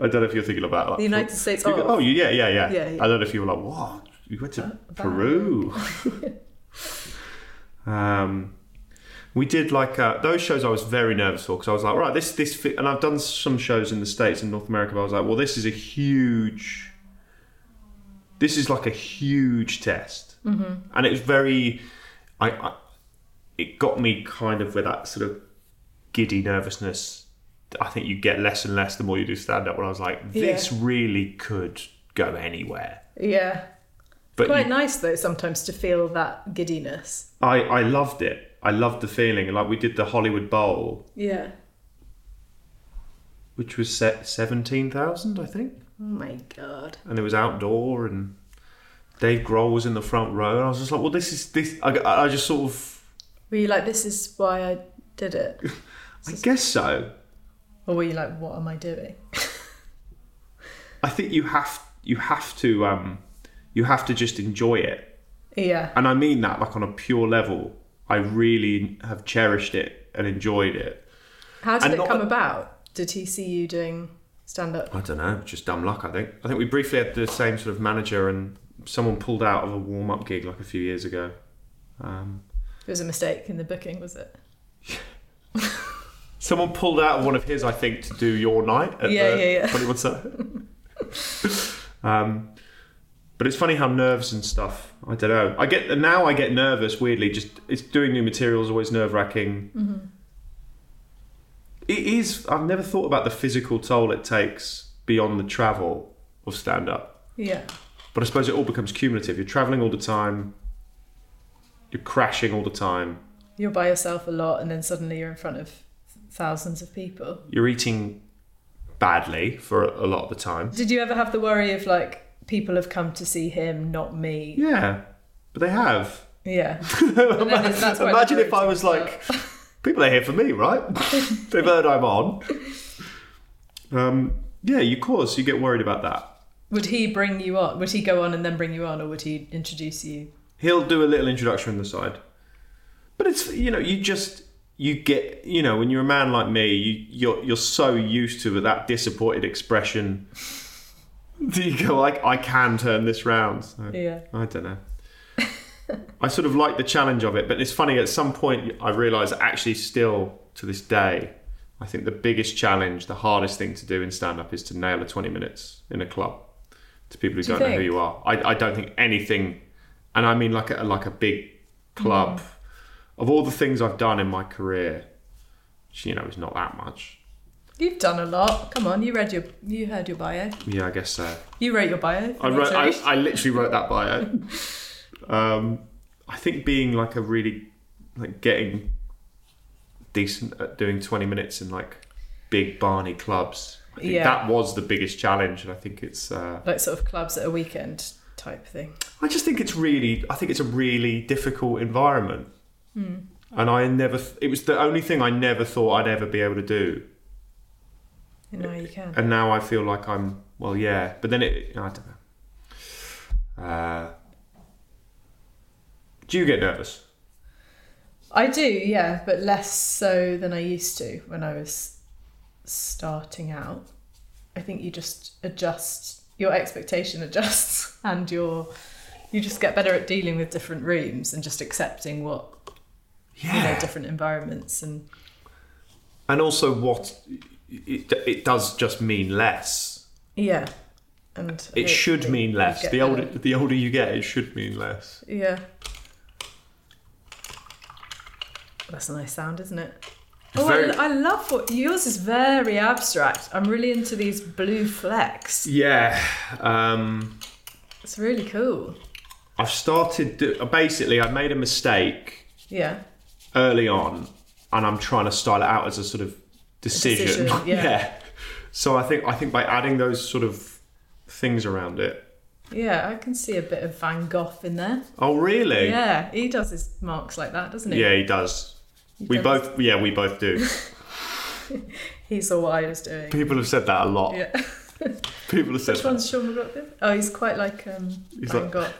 S5: I don't know if you're thinking about that.
S4: The United States
S5: You go-
S4: of.
S5: Oh, you- yeah, yeah, yeah,
S4: Yeah, yeah.
S5: I don't know if you were like, what? You went to [LAUGHS] Peru. um, we did like uh, those shows. I was very nervous for because I was like, right, this this, fi-, and I've done some shows in the states in North America. But I was like, well, this is a huge. This is like a huge test, mm-hmm. and it was very. I, I it got me kind of with that sort of giddy nervousness. that I think you get less and less the more you do stand up. When I was like, this really could go anywhere.
S4: Yeah.
S5: But
S4: Quite
S5: you-
S4: nice, though, sometimes to feel that giddiness.
S5: I, I loved it. I loved the feeling. Like we did the Hollywood Bowl,
S4: Yeah.
S5: which was set seventeen thousand, I think,
S4: Oh, my God.
S5: and it was outdoor and. Dave Grohl was in the front row, and I was just like, "Well, this is this." I, I just sort of,
S4: Were you like, this is why I did
S5: [LAUGHS]
S4: it?
S5: I guess so.
S4: Or were you like, what am I doing?
S5: I think you have you have to um, you have to just enjoy it.
S4: yeah.
S5: and I mean that like on a pure level. I really have cherished it and enjoyed it.
S4: How did
S5: and
S4: it
S5: not-
S4: come about? Did he see you doing stand up?
S5: I don't know, just dumb luck. I think. I think we briefly had the same sort of manager, and someone pulled out of a warm up gig like a few years ago. Um,
S4: It was a mistake in the booking, was it?
S5: someone pulled out of one of his, I think, to do your night. At
S4: Yeah,
S5: the
S4: yeah, yeah.
S5: 21 Savage. um, but it's funny how nerves and stuff. I don't know. I get now. I get nervous. Weirdly, just it's doing new material is always nerve wracking.
S4: Mm-hmm.
S5: It is. I've never thought about the physical toll it takes beyond the travel of stand up.
S4: Yeah.
S5: But I suppose it all becomes cumulative. You're traveling all the time. You're crashing all the time.
S4: You're by yourself a lot, and then suddenly you're in front of thousands of people.
S5: You're eating badly for a lot of the time.
S4: Did you ever have the worry of like, people have come to see him, not me?
S5: Yeah, but they have. [LAUGHS]
S4: Yeah.
S5: Ima-
S4: it's- that's quite
S5: Imagine if I
S4: liberating
S5: was
S4: as well.
S5: like, people are here for me, right? [LAUGHS] They've heard I'm on. Um, yeah, you cause you get worried about that.
S4: Would he bring you on? Would he go on and then bring you on, or would he introduce you?
S5: He'll do a little introduction on the side, but it's you know you just you get you know when you're a man like me you you're you're so used to that disappointed expression [LAUGHS] that you go like I can turn this round So,
S4: Yeah.
S5: I don't know [LAUGHS] I sort of like the challenge of it but it's funny at some point I realised actually still to this day I think the biggest challenge the hardest thing to do in stand up is to nail a 20 minutes in a club to people who
S4: Do you
S5: don't know who
S4: think?
S5: you are I, I don't think anything and I mean like a, like a big
S4: Mm.
S5: club of all the things I've done in my career, which, you know, is not that much.
S4: You've done a lot. Come on, you read your, you heard your bio.
S5: Yeah, I guess so.
S4: You wrote your bio.
S5: I wrote, I, I literally wrote that bio. um, I think being like a really, like getting decent at doing 20 minutes in like big Barney clubs. I think
S4: Yeah.
S5: that was the biggest challenge. And I think it's, uh,
S4: like sort of clubs at a weekend type thing.
S5: I just think it's really, I think it's a really difficult environment. And I never, th- it was the only thing I never thought I'd ever be able to do.
S4: You know, you can.
S5: and now I feel like I'm well, yeah. But then it, I don't know. Uh, do you get nervous?
S4: I do, yeah, but less so than I used to when I was starting out. I think you just adjust your expectation adjusts [LAUGHS] and your you just get better at dealing with different rooms and just accepting what you know different environments and
S5: And also, what it, it does just mean less.
S4: yeah and
S5: It should mean less.
S4: get
S5: The older
S4: better.
S5: the older you get, it should mean less.
S4: yeah that's a nice sound isn't it oh
S5: Very-
S4: I, I love what yours is very abstract i'm really into these blue flecks
S5: Yeah. Um,
S4: It's really cool.
S5: I've started. Do- basically, I made a mistake
S4: Yeah.
S5: early on, and I'm trying to style it out as a sort of decision.
S4: decision,
S5: [LAUGHS]
S4: yeah.
S5: So I think I think by adding those sort of things around it.
S4: Yeah, I can see a bit of Van Gogh in there.
S5: Oh really?
S4: Yeah, he does his marks like that, doesn't he?
S5: Yeah, he does. we
S4: does.
S5: both. Yeah, we both
S4: [LAUGHS]
S5: do.
S4: He saw what I was doing.
S5: People have said that a lot.
S4: Yeah. [LAUGHS]
S5: People have said
S4: Which
S5: that.
S4: one's Sean McLaughlin? Oh, he's quite like um, Van
S5: like-
S4: Gogh.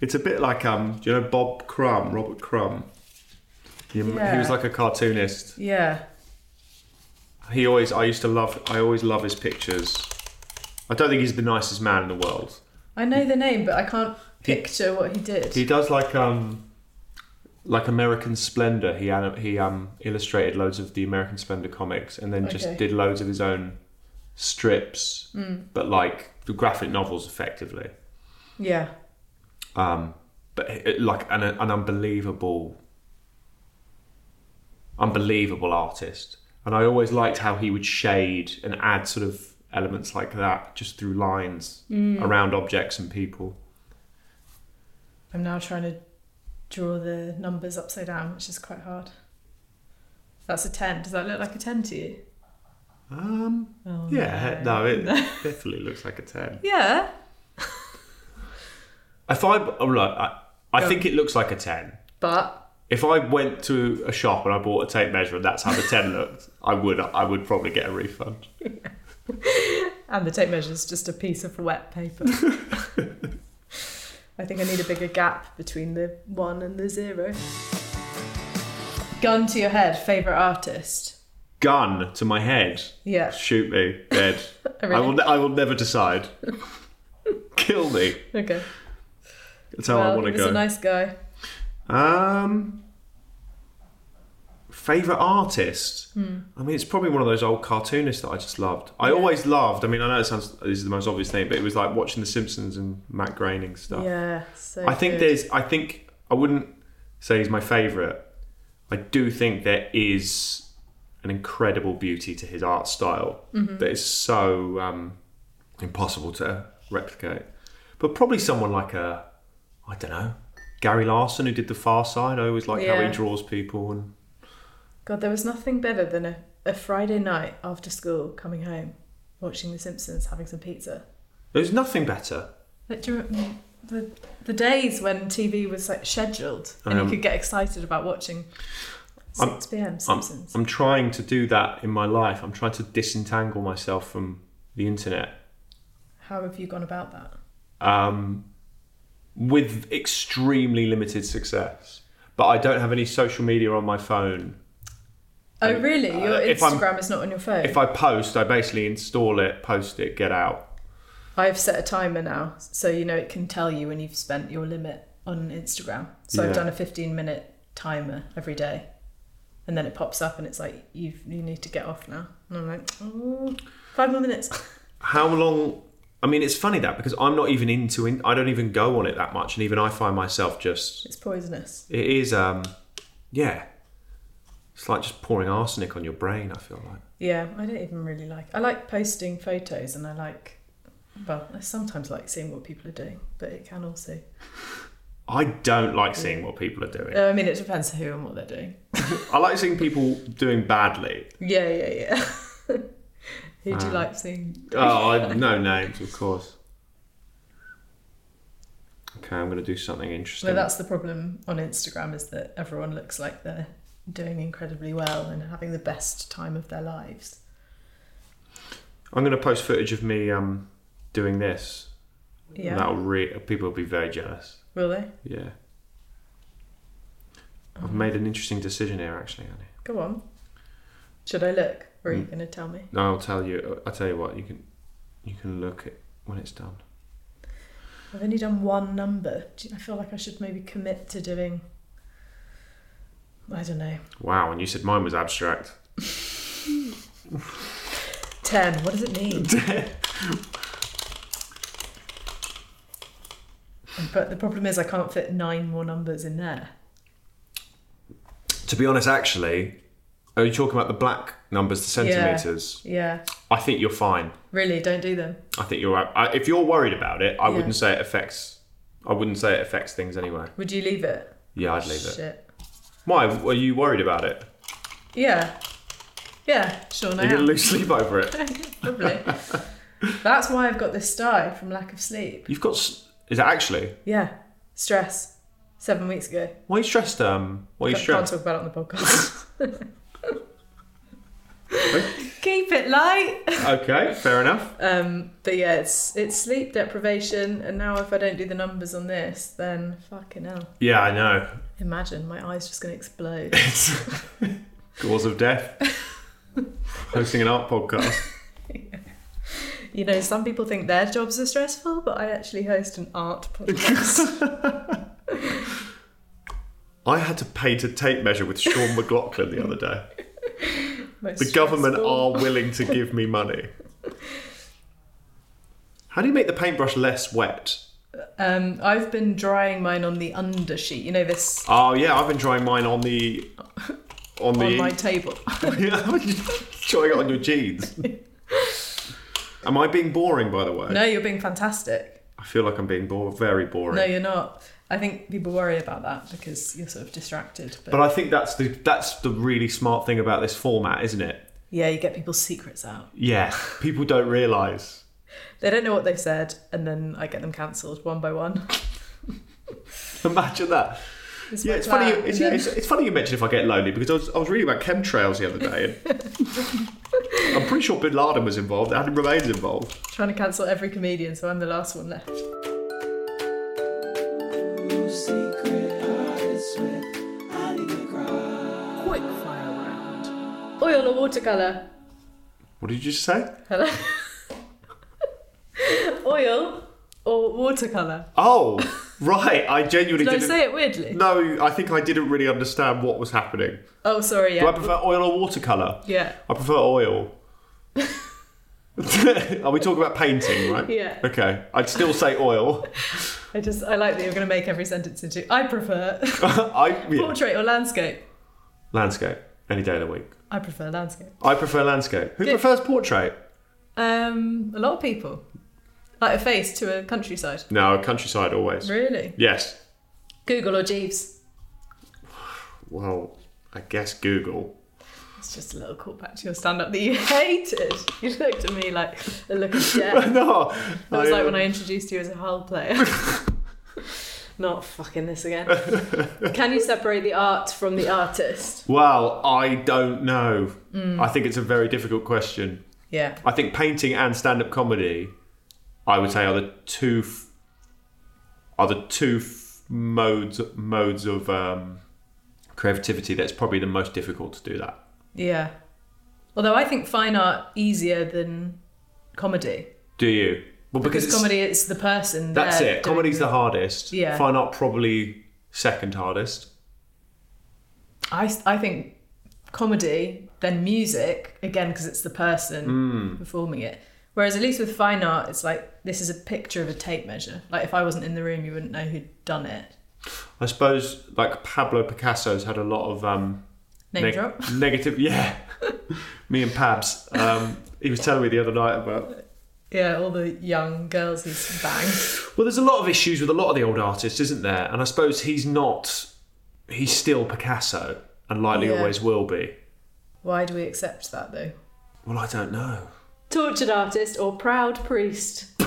S5: It's a bit like um, do you know Bob Crumb, Robert Crumb? He, he
S4: Yeah.
S5: was like a cartoonist.
S4: Yeah.
S5: He always. I used to love. I always love his pictures. I don't think he's the nicest man in the world.
S4: I know the name, but I can't picture what he did.
S5: He does like um, like American Splendor. He anim- he um illustrated loads of the American Splendor comics, and then just
S4: Okay.
S5: did loads of his own strips, but like the graphic novels, effectively.
S4: yeah.
S5: um, but it, like an, an unbelievable, unbelievable artist. And I always liked how he would shade and add sort of elements like that just through lines around objects and people.
S4: I'm now trying to draw the numbers upside down, which is quite hard. That's a 10. Does that look like a 10 to you?
S5: Um,
S4: Oh,
S5: yeah, no,
S4: [LAUGHS]
S5: it definitely looks like a ten.
S4: Yeah.
S5: If I, oh, look, I, I think it looks like a ten.
S4: But
S5: If I went to a shop and I bought a tape measure and that's how the
S4: [LAUGHS]
S5: ten looked, I would, I would probably get a refund.
S4: And the tape measure is just a piece of wet paper. [LAUGHS] I think I need a bigger gap between the one and the zero. Gun to your head, favourite artist.
S5: Gun to my head.
S4: Yeah.
S5: Shoot me
S4: [LAUGHS]
S5: dead.
S4: Really?
S5: I will. I will never decide. Kill me.
S4: Okay.
S5: That's how I
S4: well,
S5: want
S4: he
S5: to
S4: was
S5: go.
S4: a nice guy.
S5: um, favorite artist. I mean, it's probably one of those old cartoonists that I just loved. I always loved. I mean, I know it sounds this is the most obvious thing, but it was like watching The Simpsons and Matt Groening stuff.
S4: Yeah. So
S5: Oh. I think
S4: good.
S5: there's. I think I wouldn't say he's my favorite. I do think there is an incredible beauty to his art style that is so um, impossible to replicate. But probably someone like a, I don't know, Gary Larson who did The Far Side. I always like how
S4: Yeah.
S5: he draws people and
S4: God, there was nothing better than a, a Friday night after school coming home, watching The Simpsons, having some pizza.
S5: there's nothing better.
S4: Like, do you remember the, the days when TV was like scheduled and
S5: Um,
S4: you could get excited about watching 6 pm
S5: I'm,
S4: Simpsons.
S5: I'm trying to do that in my life. I'm trying to disentangle myself from the internet.
S4: How have you gone about that?
S5: um, with extremely limited success. but I don't have any social media on my phone.
S4: Oh, really? Your
S5: Uh, if I'm-
S4: Instagram is not on your phone.
S5: If I post, I basically install it, post it, get out.
S4: I've set a timer now, so you know it can tell you when you've spent your limit on Instagram. So
S5: Yeah.
S4: I've done a 15 minute timer every day, and then it pops up and it's like you you need to get off now, and I'm like, oh, five more minutes.
S5: How long? I mean, it's funny that because I'm not even into it. I don't even go on it that much, and even I find myself just
S4: it's poisonous.
S5: it is um, yeah. It's like just pouring arsenic on your brain. I feel like.
S4: Yeah, I don't even really like. I like posting photos, and I like. Well, I sometimes like seeing what people are doing, but it can also.
S5: I don't like seeing what people are doing.
S4: No, uh, I mean, it depends who and what they're doing. [LAUGHS]
S5: I like seeing people doing badly.
S4: Yeah, yeah, yeah. [LAUGHS] who do you like seeing?
S5: Oh,
S4: [LAUGHS]
S5: I, no names, of course. Okay, I'm going to do something interesting.
S4: Well, that's the problem on Instagram is that everyone looks like they're doing incredibly well and having the best time of their lives.
S5: I'm going to post footage of me um, doing this.
S4: Yeah,
S5: That'll re- people will be very jealous.
S4: will they?
S5: Yeah. I've made an interesting decision here, actually, Annie.
S4: Go on. Should I look? Or are you going to tell me?
S5: No, I'll tell you. I'll tell you what. You can, you can look at when it's done.
S4: I've only done one number. Do you- I feel like I should maybe commit to doing. I don't know.
S5: Wow, and you said mine was abstract.
S4: 10. What does it
S5: [LAUGHS]
S4: mean? but the problem is, I can't fit nine more numbers in there.
S5: To be honest, actually, are you talking about the black numbers, the centimeters?
S4: Yeah.
S5: I think you're fine.
S4: Really, don't do them.
S5: I think you're right. I, if you're worried about it, I
S4: Yeah.
S5: wouldn't say it affects. I wouldn't say it affects things anyway.
S4: Would you leave it?
S5: Yeah, I'd leave it.
S4: Shit.
S5: Why? Are you worried about it?
S4: Yeah. Yeah, Sean, I
S5: You're gonna
S4: am.
S5: lose sleep over
S4: [LAUGHS]
S5: it.
S4: Probably. That's why I've got this sty from lack of sleep.
S5: You've got. s- Is it actually?
S4: Yeah. Stress. Seven weeks ago.
S5: Why are you stressed? Um. Why are you
S4: Can't, can't talk
S5: stressed?
S4: about it on the podcast.
S5: [LAUGHS]
S4: [LAUGHS] Keep it light.
S5: Okay, fair enough.
S4: Um, but yeah, it's it's sleep deprivation, and now if I don't do the numbers on this, then fucking hell.
S5: Yeah, I know.
S4: Imagine my eyes just gonna
S5: [LAUGHS]
S4: explode.
S5: It's cause
S4: [LAUGHS]
S5: of death. Hosting an art podcast.
S4: you know, some people think their jobs are stressful, but I actually host an art
S5: [LAUGHS]
S4: podcast.
S5: I had to paint a tape measure with Sean McLaughlin the other day.
S4: Most
S5: The government
S4: stressful.
S5: are willing to give me money. How do you make the paintbrush less wet?
S4: Um, I've been drying mine on the undersheet. You know this
S5: Oh yeah, I've been trying mine on the on the
S4: on my table.
S5: [LAUGHS]
S4: [LAUGHS]
S5: yeah, trying it on your jeans. Am I being boring, by the way?
S4: no, you're being fantastic.
S5: I feel like I'm being bore, very boring.
S4: No, you're not. I think people worry about that because you're sort of distracted. But,
S5: but I think that's the that's the really smart thing about this format, isn't it?
S4: yeah, you get people's secrets out.
S5: Yeah, people don't realise. [LAUGHS]
S4: They don't know what they've said, and then I get them cancelled one by one. [LAUGHS]
S5: Imagine that.
S4: It's
S5: Yeah,
S4: my
S5: it's funny.
S4: plan.
S5: It's,
S4: And then-
S5: it's, it's funny you mentioned if I get lonely because I was, I was reading about chemtrails the other day.
S4: [LAUGHS]
S5: And I'm pretty sure Bin Laden was involved. Adam remains involved.
S4: [LAUGHS] trying to cancel every comedian, so I'm the last one left. Quick fire round. Oil or watercolour?
S5: What did you just say?
S4: Hello. Oil or watercolour?
S5: Oh, right. I genuinely
S4: Did I
S5: didn't.
S4: say it weirdly?
S5: No, I think I didn't really understand what was happening.
S4: Oh, sorry.
S5: Do I
S4: Yeah.
S5: prefer oil or watercolour?
S4: yeah.
S5: I
S4: [LAUGHS]
S5: prefer oil. Are we talking about painting, right?
S4: Yeah.
S5: Okay. I'd still say oil. [LAUGHS]
S4: I just I like that you're going to make every sentence into I prefer
S5: I Oh,
S4: [LAUGHS]
S5: yeah.
S4: portrait or landscape.
S5: landscape any day of the week.
S4: I prefer landscape.
S5: I prefer landscape. Who prefers portrait?
S4: Um, a lot of people like a face to a countryside.
S5: No, countryside always.
S4: Really?
S5: Yes.
S4: Google or Jeeves?
S5: Well, I guess Google. [LAUGHS]
S4: It's just a little callback to your stand-up that you [LAUGHS] hated. You looked at me like a look of [LAUGHS] death.
S5: No.
S4: That was like when I introduced you as a hull player. [LAUGHS] Not fucking this again. Can you separate the art from the artist?
S5: Well, I don't know.
S4: Mm.
S5: I think it's a very difficult question.
S4: Yeah.
S5: I think painting and stand-up comedy, I would say, are the two f- are the two f- modes modes of um, creativity that's probably the most difficult to do that.
S4: Yeah. Although I think fine art easier than comedy
S5: Do you? Well,
S4: because
S5: it's-
S4: comedy it's the person.
S5: That's
S4: there
S5: it.
S4: doing-
S5: Comedy's the hardest.
S4: Yeah.
S5: Fine art probably second hardest.
S4: I I think comedy then music again because it's the person performing it. Whereas at least with fine art, it's like this is a picture of a tape measure. Like if I wasn't in the room, you wouldn't know who'd done it.
S5: I suppose like Pablo Picasso's had a lot of um,
S4: Name
S5: neg-
S4: drop. [LAUGHS]
S5: negative. [LAUGHS] Yeah, me and Pabs. Um, he was telling me the other night about
S4: Yeah, all the young girls he's banged.
S5: Well, there's a lot of issues with a lot of the old artists, isn't there? And I suppose he's not. He's still Picasso, and likely
S4: Yeah.
S5: always will be.
S4: Why do we accept that though?
S5: Well, I don't know.
S4: Tortured artist or proud priest? [LAUGHS]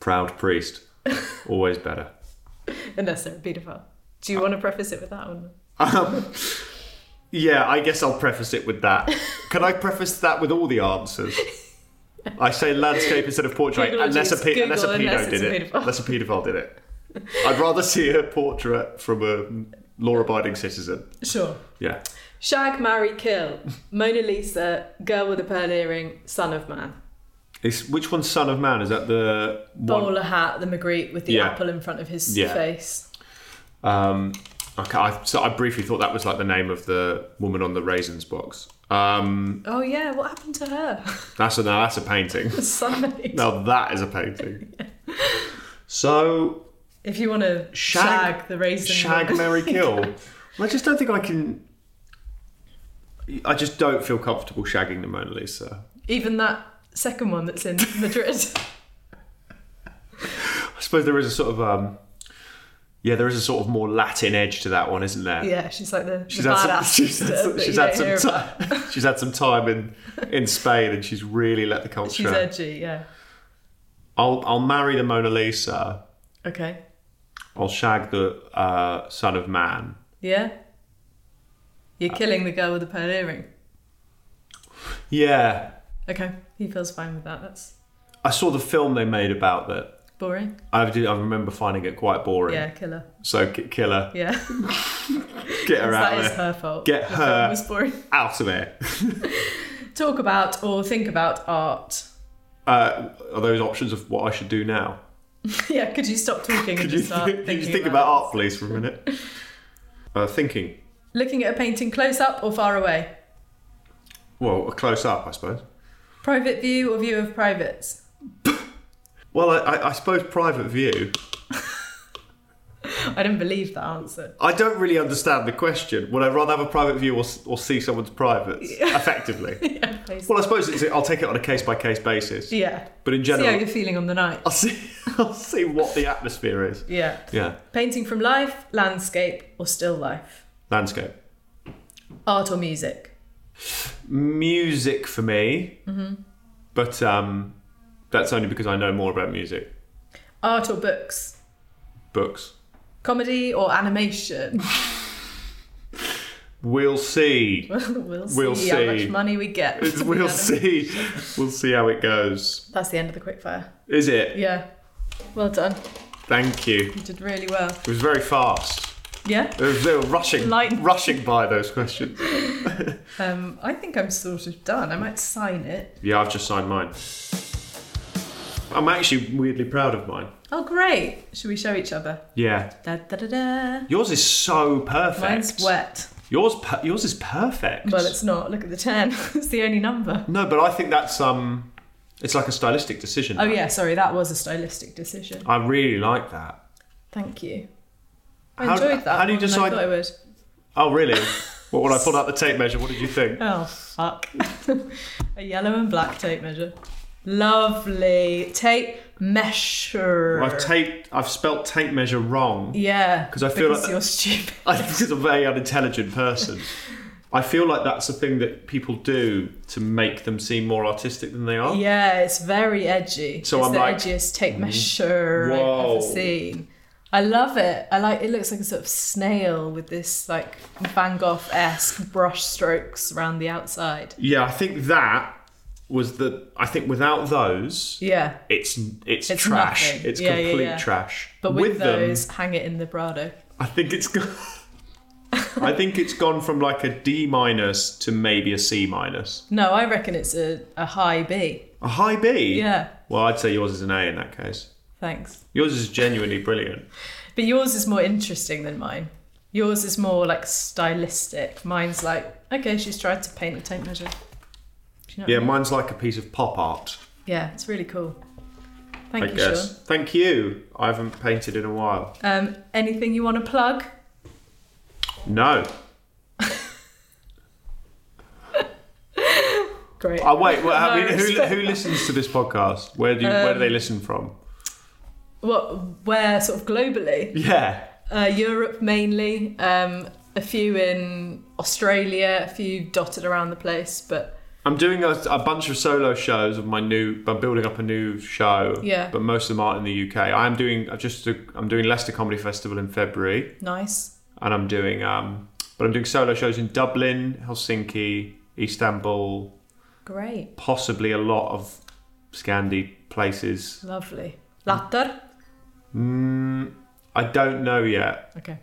S5: Proud
S4: [LAUGHS]
S5: priest, always better.
S4: Unless they're a paedophile. Do you want to preface it with that one?
S5: Um, yeah, I guess I'll preface it with that. Can I preface that with all the answers? I say landscape instead of portrait,
S4: Google,
S5: unless a,
S4: just
S5: pe- unless a pedo
S4: Google, unless it's
S5: did
S4: a [LAUGHS]
S5: it.
S4: paedophile.
S5: Unless a paedophile did it. I'd rather see a portrait from a law-abiding citizen.
S4: Sure.
S5: Yeah.
S4: Shag, marry, kill. Mona Lisa, girl with a pearl earring, son of man.
S5: It's, which one's Son of Man? Is that the one?
S4: Bowler hat, the Magritte with the
S5: Yeah.
S4: apple in front of his
S5: Yeah.
S4: face.
S5: Um, okay, I, so I briefly thought that was like the name of the woman on the raisins box. Um,
S4: Oh yeah, what happened to her? [LAUGHS]
S5: that's a, now that's a painting.
S4: Sunday.
S5: now that is a painting. So
S4: If you want to shag,
S5: shag,
S4: the raisin.
S5: shag,
S4: one.
S5: Mary kill. Well, I just don't think I can. I just don't feel comfortable shagging the Mona Lisa.
S4: [LAUGHS] Even that second one that's
S5: [LAUGHS]
S4: in Madrid.
S5: I suppose there is a sort of um, yeah, there is a sort of more Latin edge to that one, isn't there?
S4: yeah, she's like the,
S5: She's
S4: the
S5: had some,
S4: badass
S5: [LAUGHS] she's
S4: sister
S5: had some,
S4: that
S5: she's
S4: you
S5: had
S4: don't
S5: some
S4: hear about.
S5: time. She's had some time in in Spain, and she's really let the culture.
S4: [LAUGHS] She's edgy, yeah.
S5: I'll I'll marry the Mona Lisa.
S4: Okay.
S5: I'll shag the uh, Son of Man.
S4: Yeah.
S5: Uh,
S4: You're killing the girl with the pearl earring.
S5: Yeah,
S4: Okay, he feels fine with that. That's
S5: I saw the film they made about that.
S4: boring.
S5: I did, I remember finding it quite boring.
S4: Yeah, killer.
S5: So ki- kill her,
S4: Yeah, [LAUGHS]
S5: get her out
S4: that
S5: of
S4: is
S5: there,
S4: her fault.
S5: Get
S4: The
S5: her-
S4: film was boring.
S5: out of it.
S4: Talk about or think about art.
S5: [LAUGHS] Uh, are those options of what I should do now?
S4: yeah, could you stop talking and
S5: Could
S4: [LAUGHS]
S5: you,
S4: just start
S5: think, [LAUGHS] could
S4: thinking
S5: you think about,
S4: about,
S5: art, please, for a
S4: [LAUGHS]
S5: minute? uh, thinking.
S4: Looking at a painting close up or far away.
S5: Well, a close up, I suppose.
S4: Private view or view of privates.
S5: Well, I, I, I suppose private view.
S4: I didn't believe that answer.
S5: I don't really understand the question. Would I rather have a private view or, s- or see someone's privates
S4: [LAUGHS]
S5: effectively? Well, I suppose it's, I'll take it on a case by case basis.
S4: Yeah.
S5: But in
S4: See how
S5: general,
S4: you're feeling on the night.
S5: I'll see. [LAUGHS] I'll see what the atmosphere is.
S4: Yeah.
S5: Yeah.
S4: Painting from life, landscape or still life.
S5: Landscape.
S4: Art or music.
S5: Music for me,
S4: Mm-hmm.
S5: but um, that's only because I know more about music.
S4: Art or books.
S5: Books.
S4: Comedy or animation. [LAUGHS]
S5: We'll see.
S4: we'll see
S5: We'll
S4: how
S5: see.
S4: much money we get. from the [LAUGHS]
S5: [LAUGHS] we'll
S4: anim-
S5: see. [LAUGHS] We'll see how it goes.
S4: That's the end of the quickfire.
S5: Is it?
S4: Yeah. Well done.
S5: Thank you.
S4: You did really well.
S5: It was very fast.
S4: Yeah.
S5: They were, they were rushing,
S4: Lightning.
S5: rushing by those questions.
S4: Um, I think I'm sort of done. I might sign it.
S5: Yeah, I've just signed mine. I'm actually weirdly proud of mine.
S4: Oh, great. Should we show each other?
S5: Yeah,
S4: Da, da, da, da.
S5: yours is so perfect.
S4: Mine's wet.
S5: Yours, per- yours is perfect.
S4: Well, it's not. Look at the 10. [LAUGHS] it's the only number.
S5: no, but I think that's um, it's like a stylistic decision.
S4: Oh, yeah, sorry. That was a stylistic decision.
S5: I really like that.
S4: Thank you. I
S5: How-
S4: enjoyed that.
S5: how do
S4: more
S5: you
S4: than
S5: decide-
S4: I thought I would.
S5: Oh, really? well, when I pulled out the tape measure, what did
S4: [LAUGHS]
S5: you think?
S4: Oh, fuck. a yellow and black tape measure. Lovely. Tape measure.
S5: I've taped, I've spelt tape measure wrong.
S4: Yeah.
S5: 'Cause I feel
S4: because
S5: like-
S4: you're stupid.
S5: I think it's a very unintelligent
S4: [LAUGHS]
S5: person. I feel like that's a thing that people do to make them seem more artistic than they are.
S4: Yeah, it's very edgy.
S5: So
S4: it's
S5: I'm
S4: the
S5: like, mm-hmm.
S4: edgiest tape measure I've
S5: Whoa.
S4: ever seen. I love it. I like it looks like a sort of snail with this like Van Gogh esque brush strokes around the outside.
S5: Yeah, I think that was that I think without those,
S4: Yeah.
S5: it's it's,
S4: It's
S5: trash.
S4: nothing.
S5: It's
S4: Yeah, yeah,
S5: complete
S4: yeah.
S5: trash.
S4: But with,
S5: them,
S4: those, hang it in the Prado.
S5: I think
S4: [LAUGHS]
S5: it's gone. I think it's gone from like a D minus to maybe a C minus.
S4: No, I reckon it's a, a high B.
S5: A high B.
S4: Yeah.
S5: Well, I'd say yours is an A in that case.
S4: Thanks.
S5: Yours is genuinely brilliant.
S4: But yours is more interesting than mine. Yours is more like stylistic. Mine's like, okay, she's tried to paint a tape measure. Do you know what I
S5: Yeah,
S4: mean?
S5: mine's like a piece of pop art.
S4: yeah, it's really cool.
S5: I
S4: Thank you,
S5: guess. Thank you. I haven't painted in a while.
S4: Sean. Um, anything you want to plug?
S5: No.
S4: Great.
S5: Oh wait. Well, I
S4: No, Um,
S5: mean, who,
S4: respect.
S5: who listens to this podcast? Where do you, where do they listen from?
S4: What? Where? Sort of globally?
S5: Yeah.
S4: Uh, Europe mainly. Um, a few in Australia. A few dotted around the place. But
S5: I'm doing a, a bunch of solo shows of my new. I'm building up a new show.
S4: Yeah.
S5: But most of them aren't in the UK. I'm doing. I just. I'm doing Leicester Comedy Festival in February,
S4: nice.
S5: and I'm doing. Um, but I'm doing solo shows in Dublin, Helsinki, Istanbul,
S4: Great.
S5: possibly a lot of Scandi places. Mm,
S4: Lovely. Latter.
S5: I don't know yet.
S4: Okay.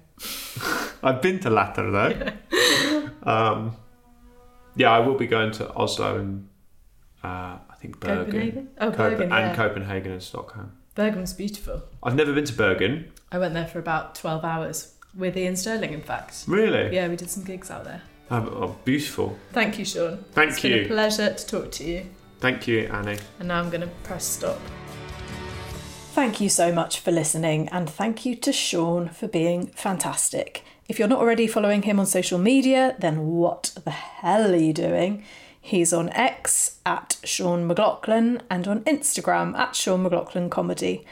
S5: I've been to Latter though. um,
S4: [LAUGHS]
S5: yeah, I will be going to Oslo and uh, I think Bergen,
S4: Copenhagen? Oh, Bergen,
S5: and
S4: yeah.
S5: Copenhagen and Stockholm.
S4: Bergam's beautiful.
S5: I've never been to Bergen.
S4: I went there for about 12 hours with Ian Sterling, in fact.
S5: Really?
S4: Yeah, we did some gigs out there.
S5: Oh, but- oh, beautiful.
S4: Thank you, Sean.
S5: Thank
S4: It's
S5: you.
S4: been a pleasure to talk to you.
S5: Thank you, Annie.
S4: And now I'm going to press stop.
S3: Thank you so much for listening, and thank you to Sean for being fantastic. If you're not already following him on social media, then what the hell are you doing? He's on X at Sean McLaughlin and on Instagram at Sean McLaughlin Comedy.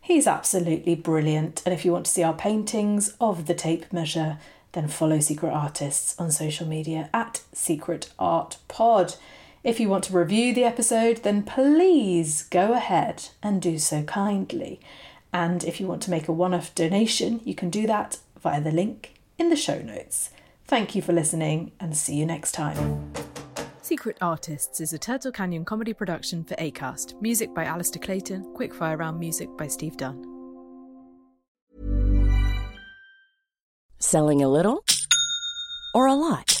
S3: He's absolutely brilliant, and if you want to see our paintings of the tape measure, then follow Secret Artists on social media at Secret Art Pod. If you want to review the episode, then please go ahead and do so kindly. And if you want to make a one off donation, you can do that via the link in the show notes. Thank you for listening and see you next time.
S9: Secret Artists is a Turtle Canyon comedy production for ACAST. Music by Alistair Clayton, Quickfire Round music by Steve Dunn.
S8: Selling a little or a lot?